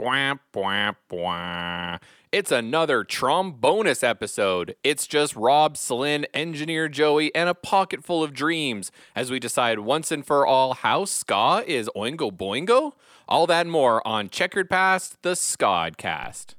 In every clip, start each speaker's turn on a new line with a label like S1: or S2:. S1: Bwah, bwah, bwah. It's another trombonus episode. It's just Rob, Slynn, Engineer Joey, and a pocket full of dreams as we decide once and for all how ska is Oingo Boingo. All that and more on Checkered Past, the Scodcast.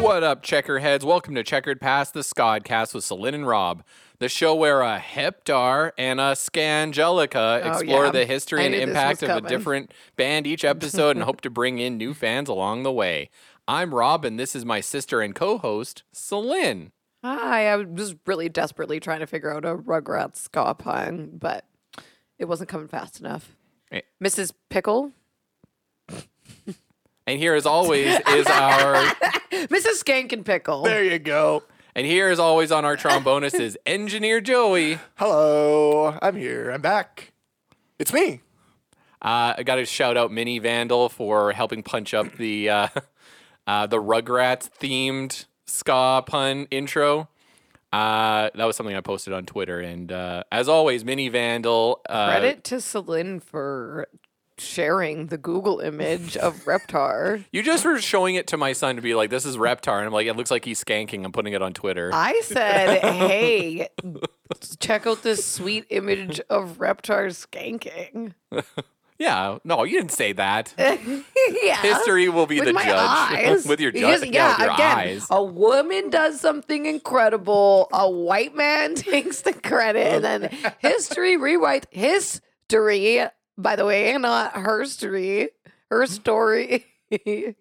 S1: What up, checkerheads? Welcome to Checkered Past, the Scodcast with Celine and Rob, the show where a Heptar and a Scangelica
S2: Oh,
S1: explore
S2: yeah.
S1: the history
S2: I
S1: and
S2: knew this was
S1: impact of a
S2: coming.
S1: different band each episode and hope to bring in new fans along the way. I'm Rob, and this is my sister and co host, Celine.
S2: Hi, I was really desperately trying to figure out a Rugrats ska pun, but it wasn't coming fast enough.
S1: Eh.
S2: Mrs. Pickle,
S1: And here, as always, is our.
S2: Mrs. Skank and Pickle.
S3: There you go.
S1: And here, as always, on our trombonist is Engineer Joey.
S3: Hello. I'm here. I'm back. It's me.
S1: Uh, I got to shout out Minnie Vandal for helping punch up the uh, uh, the Rugrats themed ska pun intro. Uh, that was something I posted on Twitter, and uh, as always, Minnie Vandal. Uh,
S2: Credit to Celine for sharing the Google image of Reptar.
S1: You just were showing it to my son to be like, "This is Reptar," and I'm like, "It looks like he's skanking." I'm putting it on Twitter.
S2: I said, hey, check out this sweet image of Reptar skanking.
S1: yeah, no, you didn't say that.
S2: yeah.
S1: History will be
S2: with
S1: the
S2: my
S1: judge
S2: eyes.
S1: with your
S2: Because,
S1: judge.
S2: yeah,
S1: with your
S2: again,
S1: eyes.
S2: a woman does something incredible. A white man takes the credit, and then history rewrites history. By the way, not her story. Her story. Pick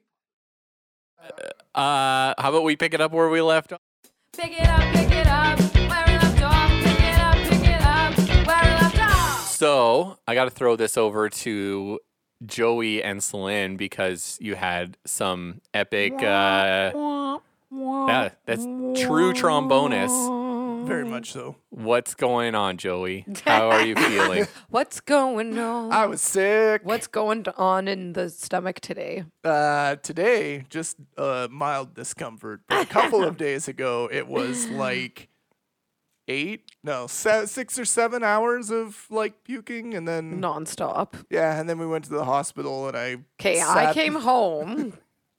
S1: Uh, how about we pick it up where we left off?
S4: Pick it up, pick it up, where it left off. Pick it up, pick it up, where it left off.
S1: So I got to throw this over to Joey and Celine because you had some epic. Uh, yeah, that's true trombonus.
S3: Very
S2: Mm-hmm.
S3: much so.
S1: What's going on, Joey? How are you feeling?
S2: What's going on?
S3: I was sick.
S2: What's going on in the stomach today?
S3: Uh, today, just uh, mild discomfort. But a couple of days ago, it was like eight, no, se- six or seven hours of like puking, and then
S2: Nonstop.
S3: yeah, and then we went to the hospital, and I
S2: Okay, I
S3: sat-
S2: came home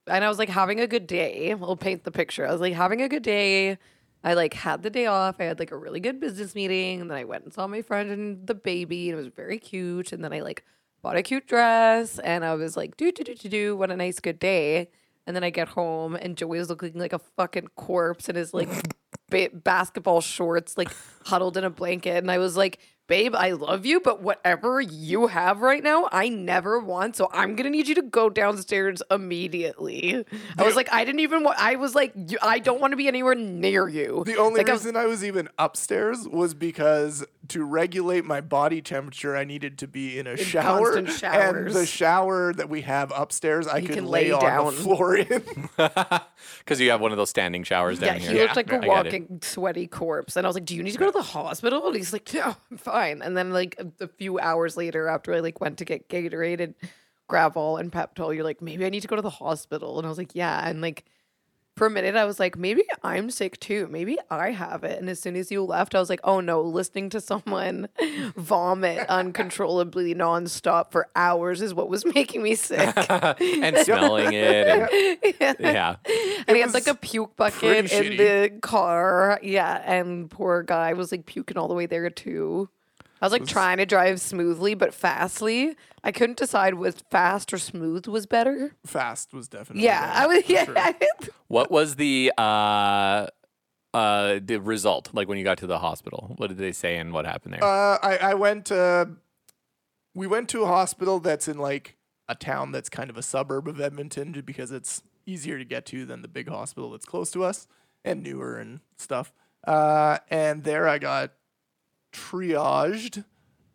S2: and I was like having a good day. We'll paint the picture. I was like having a good day. I like had the day off. I had like a really good business meeting. And then I went and saw my friend and the baby, and it was very cute. And then I like bought a cute dress and I was like, do do do do do, what a nice good day. And then I get home and Joey is looking like a fucking corpse in his like ba- basketball shorts, like huddled in a blanket. And I was like, babe, I love you, but whatever you have right now, I never want. So I'm going to need you to go downstairs immediately. I was like, I didn't even want, I was like, "You- I don't want to be anywhere near you.
S3: The only
S2: Like, I was-
S3: reason I was even upstairs was because to regulate my body temperature, I needed to be in a shower.
S2: constant
S3: And the
S2: showers.
S3: shower that we have upstairs, I can,
S2: can
S3: lay,
S2: lay
S3: on
S2: down.
S3: the floor in.
S1: Because you have one of those standing showers
S2: yeah,
S1: down
S2: he
S1: here.
S2: looked like
S1: I
S2: a
S1: get it.
S2: walking sweaty corpse. And I was like, "Do you need to go to the hospital?" And he's like, "No, I'm fine." And then like a- a few hours later, after I like went to get Gatorade and Gravel and Pepto, you're like, "Maybe I need to go to the hospital." And I was like, "Yeah." And like for a minute, I was like, "Maybe I'm sick too. Maybe I have it." And as soon as you left, I was like, "Oh no!" Listening to someone vomit uncontrollably nonstop for hours is what was making me sick.
S1: and smelling it. And, yeah.
S2: and he had like a puke bucket in
S3: pretty
S2: the car. Yeah, and poor guy was like puking all the way there too. I was like trying to drive smoothly but fastly. I couldn't decide was fast or smooth was better.
S3: Fast was definitely.
S2: Yeah,
S3: there,
S2: I was.
S3: for
S2: Yeah,
S3: sure.
S1: What was the uh, uh, the result? Like when you got to the hospital, what did they say and what happened there?
S3: Uh, I, I went. Uh, we went to a hospital that's in like a town that's kind of a suburb of Edmonton, just because it's easier to get to than the big hospital that's close to us and newer and stuff. Uh, and there I got triaged,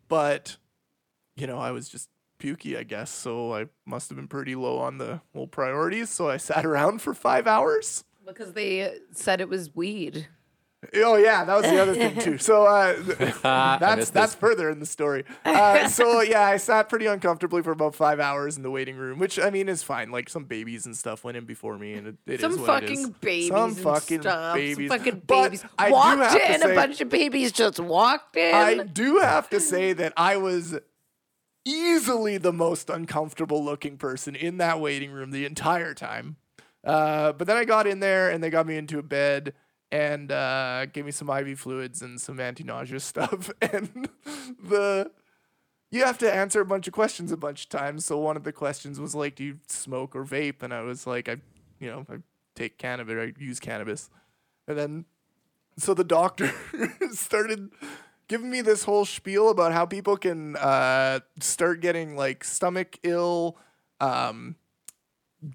S3: but you know I was just pukey, I guess. So I must have been pretty low on the whole priorities. So I sat around for five hours.
S2: because they said it was weed.
S3: Oh yeah, that was the other thing too. So uh, th- that's
S1: missed
S3: that's
S1: this.
S3: further in the story. Uh, so yeah, I sat pretty uncomfortably for about five hours in the waiting room, which I mean is fine. Like some babies and stuff went in before me, and it, it is
S2: Some
S3: what it
S2: fucking
S3: is.
S2: babies
S3: some
S2: and
S3: fucking
S2: stuff.
S3: babies,
S2: Some fucking
S3: But
S2: babies
S3: I do
S2: walked
S3: have to
S2: in.
S3: say-
S2: a bunch of babies just walked in.
S3: I do have to say that I was easily the most uncomfortable looking person in that waiting room the entire time. Uh, but then I got in there and they got me into a bed and uh, gave me some IV fluids and some anti nausea stuff. And the you have to answer a bunch of questions a bunch of times. So one of the questions was like, "Do you smoke or vape?" And I was like, "I, you know, I take cannabis. I use cannabis." And then so the doctor started giving me this whole spiel about how people can uh, start getting like stomach ill um,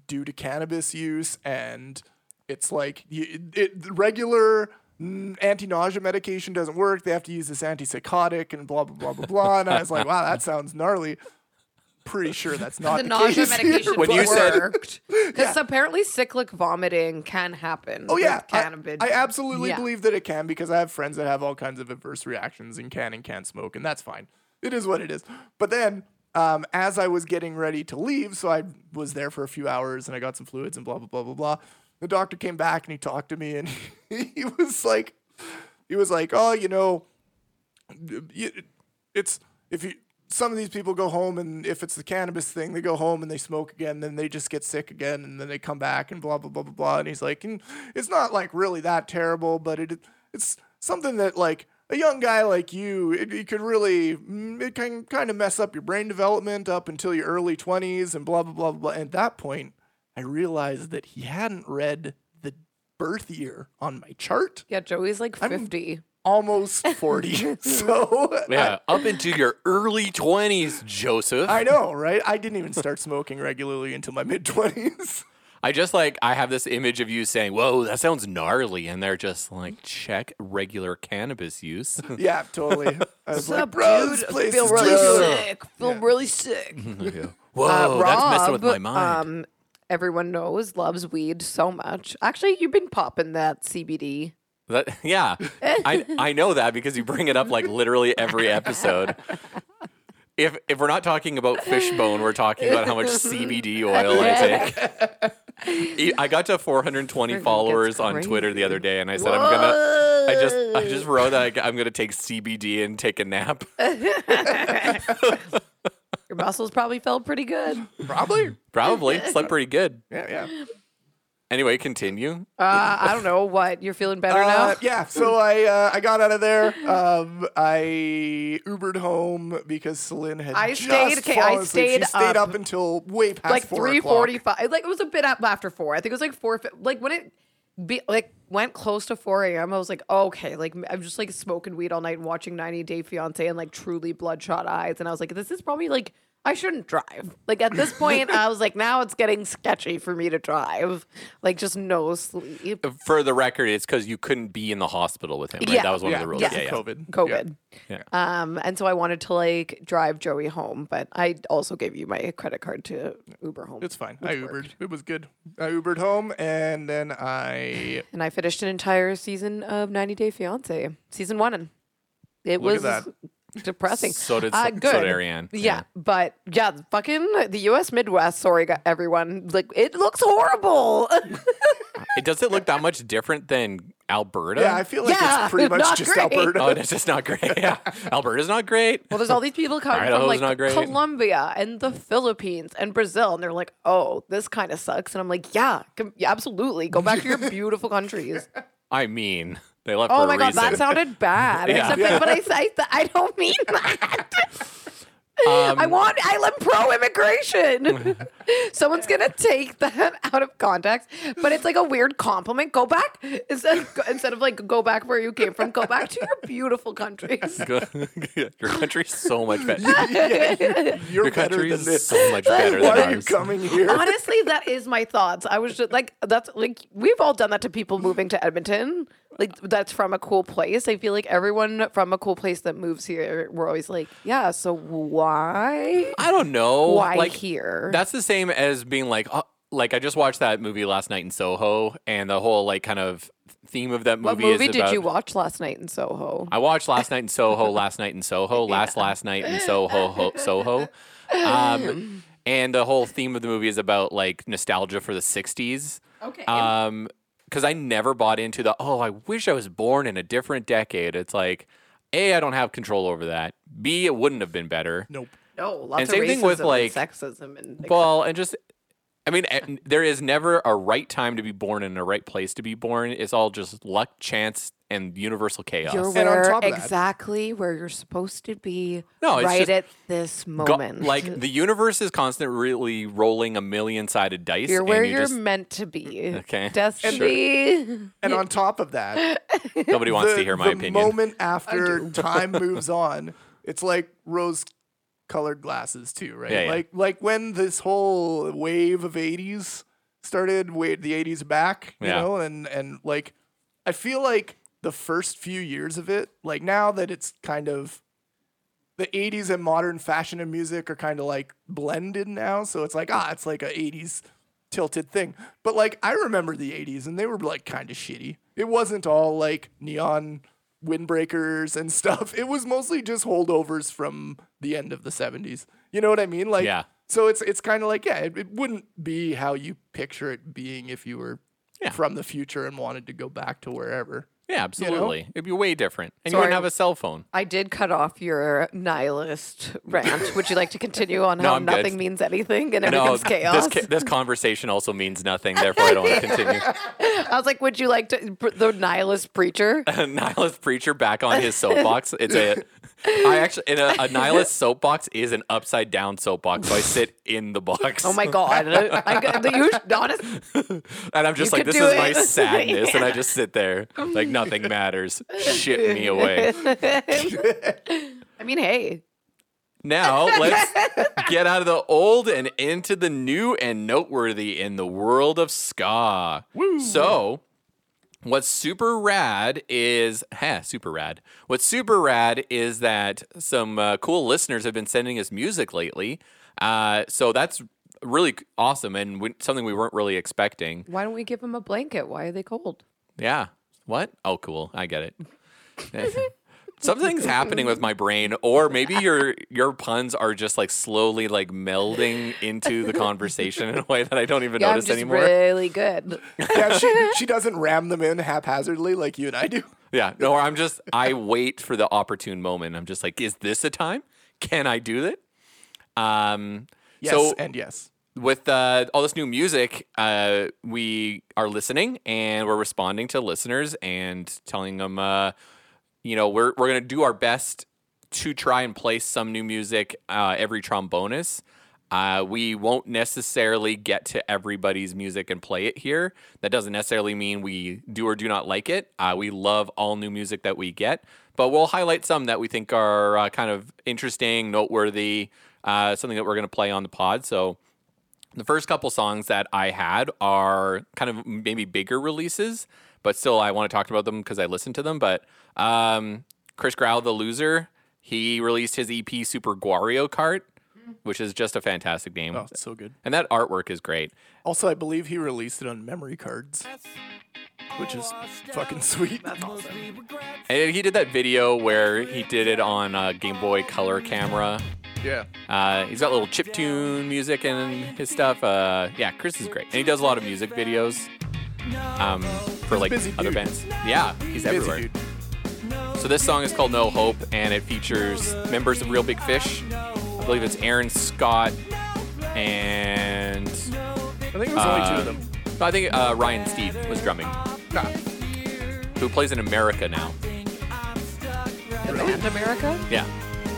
S3: due to cannabis use, and it's like you, it, the regular anti nausea medication doesn't work. They have to use this antipsychotic and blah blah blah blah blah. And I was like, wow, that sounds gnarly. Pretty sure that's not
S2: the
S3: the,
S2: nausea
S3: case here,
S2: medication
S1: When you
S3: but-
S1: said-
S2: worked because apparently cyclic vomiting can happen.
S3: Oh yeah,
S2: with
S3: I-
S2: cannabis.
S3: I, absolutely
S2: Yeah.
S3: believe that it can because I have friends that have all kinds of adverse reactions and can and can't smoke, and that's fine. It is what it is. But then, um, as I was getting ready to leave, so I was there for a few hours and I got some fluids and blah blah blah blah blah. The doctor came back and he talked to me and he was like, he was like, oh, you know, you- it's if you some of these people go home and if it's the cannabis thing they go home and they smoke again then they just get sick again and then they come back and blah blah blah blah blah and he's like "And it's not like really that terrible but it it's something that like a young guy like you it, it could really mm, it can kind of mess up your brain development up until your early 20s and blah blah blah blah and at that point i realized that he hadn't read the birth year on my chart
S2: yeah, Joey's like
S3: I'm-
S2: 50
S3: almost 40 so
S1: Yeah, up into your early 20s, Joseph.
S3: I know, right? I didn't even start smoking regularly until my mid twenties.
S1: I just like I have this image of you saying, "Whoa, that sounds gnarly," and they're just like, "Check regular cannabis use."
S3: yeah, totally. I was
S2: Sup,
S3: like, bro,
S2: dude?
S3: this
S2: I
S3: place
S2: feel
S3: is
S2: really
S3: dope."
S2: sick. Feel really sick.
S1: Whoa,
S2: Uh,
S1: that's messing with my
S2: Rob,
S1: mind.
S2: Um, everyone knows loves weed so much. Actually, you've been popping that CBD.
S1: That- yeah, I I know that because you bring it up like literally every episode. If if we're not talking about fishbone, we're talking about how much CBD oil I take. E- I got to 420
S2: Friggin'
S1: followers
S2: gets
S1: on Twitter the
S2: crazy.
S1: other day, and I said I'm gonna. I just I just wrote that I, I'm gonna take CBD and take a nap.
S2: Your muscles probably felt pretty good.
S3: Probably.
S1: Probably slept pretty good.
S3: Yeah, yeah.
S1: Anyway, continue.
S2: Uh, I don't know what you're feeling better
S3: Uh,
S2: now.
S3: yeah. So I uh, I got out of there. Um, I Ubered home because Celine had
S2: I
S3: just
S2: stayed- okay, I
S3: fallen asleep.
S2: stayed
S3: She stayed
S2: up
S3: up until way past
S2: Like
S3: four
S2: three
S3: o'clock.
S2: forty-five. Like it was a bit up after four. I think it was like four. fi- Like when it be like went close to four a.m. I was like, okay. Like I'm just like smoking weed all night and watching 90 Day Fiance and like truly bloodshot eyes. And I was like, this is probably like I shouldn't drive. Like at this point, I was like, now it's getting sketchy for me to drive. Like just no sleep.
S1: For the record, it's because you couldn't be in the hospital with him. Right?
S2: Yeah.
S1: That was one
S3: Yeah,
S1: of the rules.
S3: because
S1: Yeah,
S3: of
S1: yeah.
S3: COVID.
S2: COVID.
S1: Yeah.
S2: Um, and so I wanted to like drive Joey home, but I also gave you my credit card to Uber home.
S3: It's fine. I Ubered. It was good. I Ubered home and then I
S2: And I finished an entire season of 90 Day Fiance, season one. And it
S3: Look at
S2: was depressing.
S1: So did
S2: uh,
S1: so- so
S2: good.
S1: did Ariane.
S2: Yeah,
S1: Yeah.
S2: but yeah, fucking the U.S. Midwest. Sorry, got everyone. Like it looks horrible.
S1: It does it look that much different than Alberta?
S3: yeah I feel like
S2: Um, Yeah,
S3: it's pretty much
S2: not
S3: just
S2: great.
S3: Alberta.
S1: oh, that's just not great. Yeah. Alberta's not great.
S2: well, there's all these people coming
S1: Idaho's
S2: from like
S1: not great.
S2: Colombia and the Philippines and Brazil, and they're like, "Oh, this kind of sucks." And I'm like, "Yeah, com- yeah, absolutely. Go back to your beautiful countries."
S1: I mean, they left for
S2: Oh
S1: a
S2: my god,
S1: reason.
S2: that sounded bad.
S1: Yeah.
S2: Except that, but I, I, I don't mean that.
S1: Um,
S2: I want I am pro immigration. Someone's gonna take that out of context, but it's like a weird compliment. Go back instead instead of like go back where you came from. Go back to your beautiful countries.
S1: your country's so much better.
S3: Yeah, you're
S1: Your
S3: better
S1: country
S3: than
S1: is
S3: this.
S1: so much better than
S3: Why are you
S1: ours.
S3: coming here?
S2: Honestly, that is my thoughts. I was just like, that's like we've all done that to people moving to Edmonton. Like that's from a cool place. I feel like everyone from a cool place that moves here, we're always like, yeah. So why?
S1: I don't know.
S2: Why
S1: like,
S2: here?
S1: That's the same as being like, uh, like I just watched that movie last night in Soho, and the whole like kind of theme of that movie
S2: What movie
S1: is
S2: did
S1: about
S2: you watch last night in Soho?
S1: I watched last night in Soho, last night in Soho, last last night in Soho, ho, Soho. Um, and the whole theme of the movie is about like nostalgia for the 60s.
S2: Okay.
S1: Um, because I never bought into the oh, I wish I was born in a different decade. It's like, A, I don't have control over that. B, it wouldn't have been better.
S3: Nope.
S2: no, lots
S1: and
S2: of
S1: same
S2: racism
S1: thing with, like,
S2: and sexism and
S1: Well, and just I mean, and there is never a right time to be born and a right place to be born. It's all just luck, chance, and universal chaos.
S2: You're
S3: And on
S2: where
S3: top of that-
S2: exactly where you're supposed to be
S1: No, it's
S2: right
S1: just-
S2: at this
S1: Go-
S2: moment.
S1: like the universe is constantly rolling a million sided dice.
S2: you're
S1: and
S2: where
S1: you
S2: you're
S1: just-
S2: meant to be.
S1: Okay, sure.
S2: Destiny.
S3: And on top of that,
S1: nobody wants
S3: the,
S1: to hear my
S3: the
S1: opinion.
S3: moment after time moves on, it's like rose colored glasses too, right?
S1: Yeah, yeah.
S3: Like like when this whole wave of 80s started, wa- the 80s back, you
S1: Yeah.
S3: know, and and like I feel like the first few years of it, like now that it's kind of the 80s and modern fashion and music are kind of like blended now, so it's like ah, it's like a 80s tilted thing. But like I remember the 80s and they were like kind of shitty. It wasn't all like neon windbreakers and stuff. It was mostly just holdovers from the end of the 70s. You know what I mean? Like
S1: Yeah.
S3: so it's it's kind of like yeah, it, it wouldn't be how you picture it being if you were
S1: Yeah.
S3: from the future and wanted to go back to wherever.
S1: yeah, absolutely. It'd be way different, and you
S2: Sorry.
S1: wouldn't have a cell phone.
S2: I did cut off your nihilist rant. Would you like to continue on how
S1: I'm good.
S2: nothing means anything and
S1: No,
S2: everything's
S1: th-
S2: chaos?
S1: This, ca- this conversation also means nothing. Therefore, I don't want to continue.
S2: I was like, would you like to pr- the nihilist preacher?
S1: nihilist preacher back on his soapbox. It's a. I actually in a, a nihilist soapbox is an upside down soapbox, so I sit in the box.
S2: Oh my god! I, got- the you honest.
S1: And I'm just
S2: You
S1: like,
S2: could
S1: this is
S2: do
S1: my
S2: it."
S1: sadness, and I just sit there like nothing matters. Shit me away.
S2: I mean, hey,
S1: Now let's get out of the old and into the new and noteworthy in the world of ska. So, what's super rad is heh, super rad. What's super rad is that some uh, cool listeners have been sending us music lately. Uh, so that's really c- awesome and we, something we weren't really expecting.
S2: why don't we give them a blanket? Why are they cold?
S1: Yeah. What? Oh, cool. I get it. Something's happening with my brain, or maybe your your puns are just like slowly like melding into the conversation in a way that I don't even
S2: Yeah, I'm
S1: notice
S2: just
S1: anymore.
S2: really good.
S3: Yeah, she, she doesn't ram them in haphazardly like you and I do.
S1: Yeah. No, or I'm just I wait for the opportune moment. I'm just like, is this a time? Can I do that? Um.
S3: Yes
S1: so
S3: and yes.
S1: with uh, all this new music, uh, we are listening and we're responding to listeners and telling them, uh, you know, we're we're gonna do our best to try and play some new music uh, every trombonist. Uh, we won't necessarily get to everybody's music and play it here. That doesn't necessarily mean we do or do not like it. Uh, we love all new music that we get, but we'll highlight some that we think are uh, kind of interesting, noteworthy, uh, something that we're going to play on the pod. So the first couple songs that I had are kind of maybe bigger releases, but still I want to talk about them because I listened to them. But um, Chris Growl, the loser, he released his EP Super Guario Kart, which is just a fantastic name,
S3: Oh, it's so good.
S1: and that artwork is great.
S3: Also, I believe he released it on memory cards, which is fucking sweet.
S1: And he did that video where he did it on a Game Boy Color camera.
S3: Yeah.
S1: Uh, he's got little chiptune music and his stuff. Uh, yeah, Chris is great. And he does a lot of music videos um, for like
S3: busy
S1: other
S3: dude.
S1: bands. Yeah, he's everywhere.
S3: Busy dude.
S1: So this song is called No Hope, and it features members of Real Big Fish. I believe it's Aaron Scott and
S3: I think it was only two
S1: uh,
S3: of them.
S1: I think uh, Ryan Steve was drumming,
S3: Nah.
S1: who plays in America now.
S2: The band America,
S1: Yeah,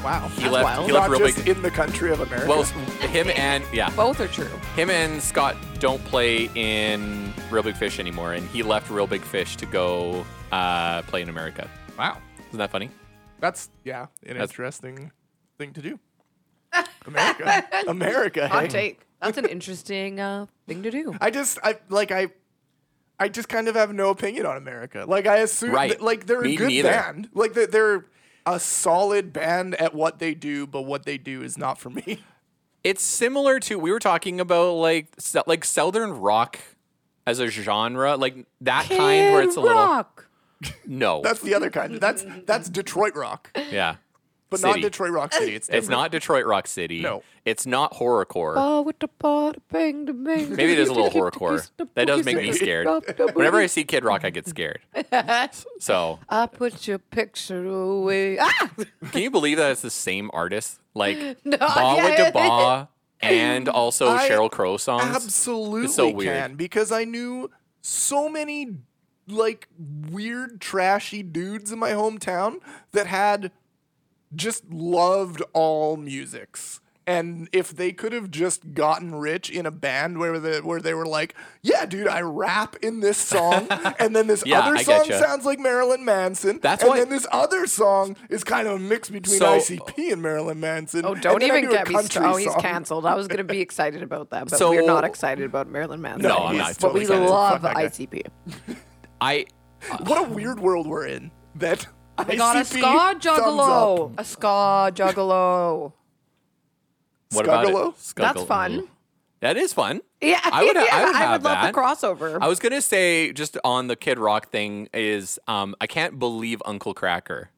S3: Wow.
S1: He left- he left
S3: Not
S1: real
S3: just
S1: big-
S3: in the country of America.
S1: well, s- him and yeah,
S2: both are true.
S1: him and Scott don't play in Real Big Fish anymore, and he left Real Big Fish to go uh, play in America.
S3: wow.
S1: Isn't that funny?
S3: That's yeah, an interesting thing to do. America, America.
S2: Hot
S3: hey.
S2: take. That's an interesting uh, thing to do.
S3: I just I like I I just kind of have no opinion on America. Like I assume
S1: Right.
S3: that- like they're
S1: Me
S3: a good
S1: neither.
S3: band. Like they're, they're a solid band at what they do, but what they do is not for me.
S1: it's similar to we were talking about like se- like southern rock as a genre, like that kind where it's a little no,
S3: That's the other kind. That's that's Detroit rock,
S1: yeah,
S3: but
S1: City.
S3: not Detroit rock city. It's
S1: It's
S3: different.
S1: not Detroit Rock City.
S3: No.
S1: it's not horrorcore.
S2: Oh, with the bada bang, da bang.
S1: Maybe it is a little horrorcore. That does make me scared. Whenever I see Kid Rock, I get scared. So,
S2: I put your picture away. Ah!
S1: can you believe that it's the same artist? Like
S2: No,
S1: Ba
S2: yeah,
S1: with
S2: it
S1: Da
S2: is.
S1: Ba and also
S3: I
S1: Cheryl Crow songs.
S3: Absolutely
S1: weird.
S3: can because I knew so many like weird trashy dudes in my hometown that had just loved all musics. And if they could have just gotten rich in a band where the where they were like, yeah, dude, I rap in this song, and then this
S1: Yeah,
S3: other
S1: I
S3: song
S1: getcha.
S3: sounds like Marilyn Manson,
S1: That's
S3: and
S1: why-
S3: then this other song is kind of a mix between
S1: So-
S3: ICP and Marilyn Manson.
S2: Oh,
S3: and
S2: don't
S3: then I
S2: even
S3: do a
S2: get me started.
S3: country
S2: Oh, he's
S3: song.
S2: canceled. I was going to be excited about that, but
S1: So-
S2: we're not excited about Marilyn Manson.
S1: No, I'm
S3: he's
S1: not.
S3: fucking
S2: But
S1: Totally
S2: we
S1: excited.
S2: love
S3: Fuck that guy.
S2: ICP.
S1: I
S3: What a weird world we're in. That
S2: We got a
S3: ICP
S2: ska
S3: thumbs
S2: juggalo.
S3: up.
S2: A ska juggalo.
S1: what about it?
S3: Scuggalo?
S2: That's
S1: Scuggalo.
S2: fun.
S1: That is fun.
S2: Yeah,
S1: mm. I would. I would, have
S2: love
S1: that.
S2: the crossover.
S1: I was gonna say just on the Kid Rock thing is um, I can't believe Uncle Cracker.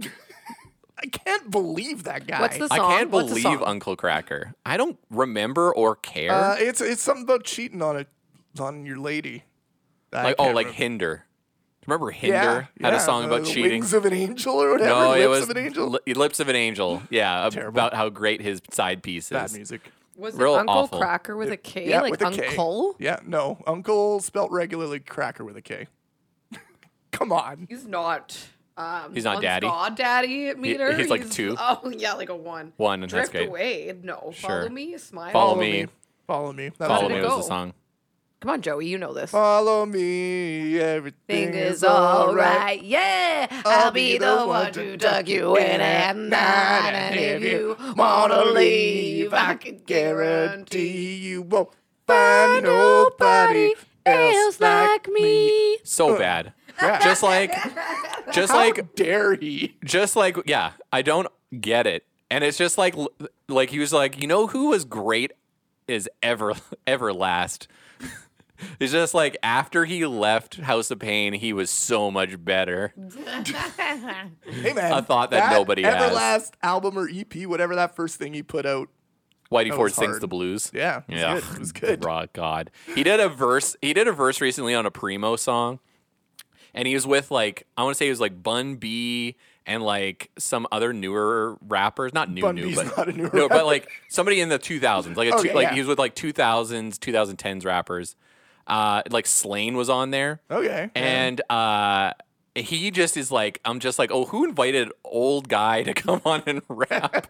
S3: I can't believe that guy.
S2: What's the
S1: I
S2: song?
S1: can't
S2: What's the
S1: believe
S2: song?
S1: Uncle Cracker. I don't remember or care.
S3: Uh, it's it's something about cheating on a on your lady. I
S1: like oh,
S3: can't
S1: like
S3: remember.
S1: Hinder. Remember Hinder
S3: yeah,
S1: had
S3: yeah, uh,
S1: a song
S3: the
S1: about cheating.
S3: Wings of an angel or whatever.
S1: no,
S3: Lips
S1: it was
S3: of an angel.
S1: Li- Lips of an Angel. Yeah, ab-
S3: Terrible.
S1: about how great his side piece
S3: Bad
S1: is.
S3: music.
S2: Was it
S1: real
S2: Uncle
S1: awful.
S2: Cracker with a K?
S3: yeah,
S2: like
S3: with a K.
S2: Uncle?
S3: Yeah, no, uncle spelt regularly cracker with a K. Come on.
S2: He's not. Um,
S1: He's not
S2: on
S1: daddy.
S2: Ska daddy meter.
S1: he's like two.
S2: Oh yeah, like a one.
S1: One, and that's
S2: Drift
S1: great.
S2: away. No,
S1: Sure.
S2: follow me. Smile.
S1: Follow me.
S3: Follow me. That's
S1: Follow
S3: the
S2: did
S1: me
S2: it
S3: one.
S1: was the
S2: go?
S1: song.
S2: Come on, Joey. You know this.
S3: Follow me. Everything
S2: Thing is
S3: is
S2: all
S3: alright.
S2: right, yeah. I'll be the one to tuck you in at night, and if you wanna leave, I can guarantee
S3: you won't
S2: find nobody else like me.
S1: So bad.
S3: Uh, Yeah.
S1: Just like, just
S3: How
S1: like,
S3: dare he?
S1: just like, yeah. I don't get it, and it's just like, l- like he was like, you know who was great is ever Everlast. It's just like after he left House of Pain, he was so much better.
S3: Hey man,
S1: A thought that nobody has.
S3: Everlast album or EP, whatever that first thing he put out.
S1: Whitey
S3: That
S1: Ford
S3: was
S1: sings
S3: hard.
S1: the blues.
S3: Yeah, it was
S1: yeah,
S3: good. It was good.
S1: Raw God. He did a verse. He did a verse recently on a Primo song, and he was with like I want to say he was like Bun B and like some other newer rappers. Not new,
S3: Bun
S1: new,
S3: B's
S1: but
S3: not a newer
S1: no,
S3: rapper.
S1: but like somebody in the 2000s. Like a two,
S3: Okay,
S1: like
S3: yeah.
S1: he was with like 2000s, 2010s rappers. Uh, like Slain was on there.
S3: Okay.
S1: And uh, he just is like, I'm just like, oh, who invited old guy to come on and rap?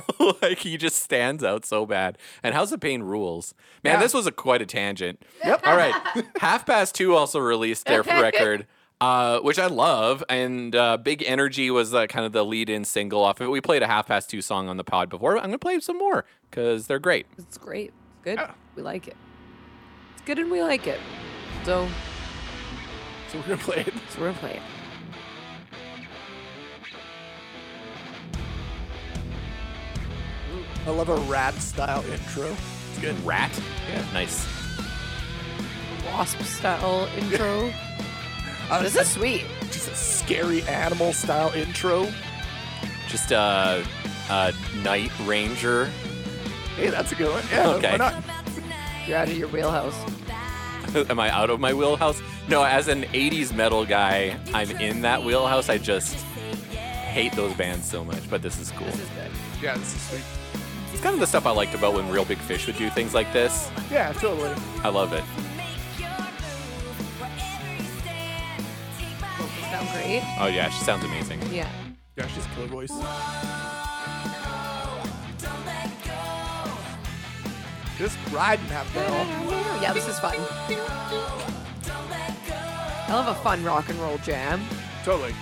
S1: like he just stands out so bad. And House of Pain rules, man.
S3: Yeah.
S1: This was a quite a tangent.
S3: Yep.
S1: All right, Half Past Two also released their record. Uh, which I love, and uh, Big Energy was uh, kind of the lead-in single off of it. We played a half past two song on the pod before. I'm gonna play some more because they're great.
S2: It's great. It's good. We like it. It's good and we like it. So,
S3: so we're gonna play it.
S2: so we're gonna play it.
S3: I love a rap style intro. It's good.
S1: Rat,
S3: Yeah.
S1: nice.
S2: Wasp style intro.
S3: Uh,
S2: this is sweet.
S3: just a scary animal style intro.
S1: Just uh, uh, Night Ranger.
S3: Hey, that's a good one. Yeah.
S1: Okay.
S3: Why not?
S2: You're out of your wheelhouse.
S1: Am I out of my wheelhouse? No, as an 80s metal guy, I'm in that wheelhouse. I just hate those bands so much, but this is cool.
S2: This is good.
S3: Yeah, this is sweet.
S1: It's kind of the stuff I liked about when Real Big Fish would do things like this.
S3: Yeah, totally.
S1: I love it.
S2: Sound great.
S1: Oh, yeah, she sounds amazing.
S2: Yeah.
S3: Yeah, she's killer voice. Just riding half barrel.
S2: Yeah, this is fun. I love a fun rock and roll jam.
S3: Totally.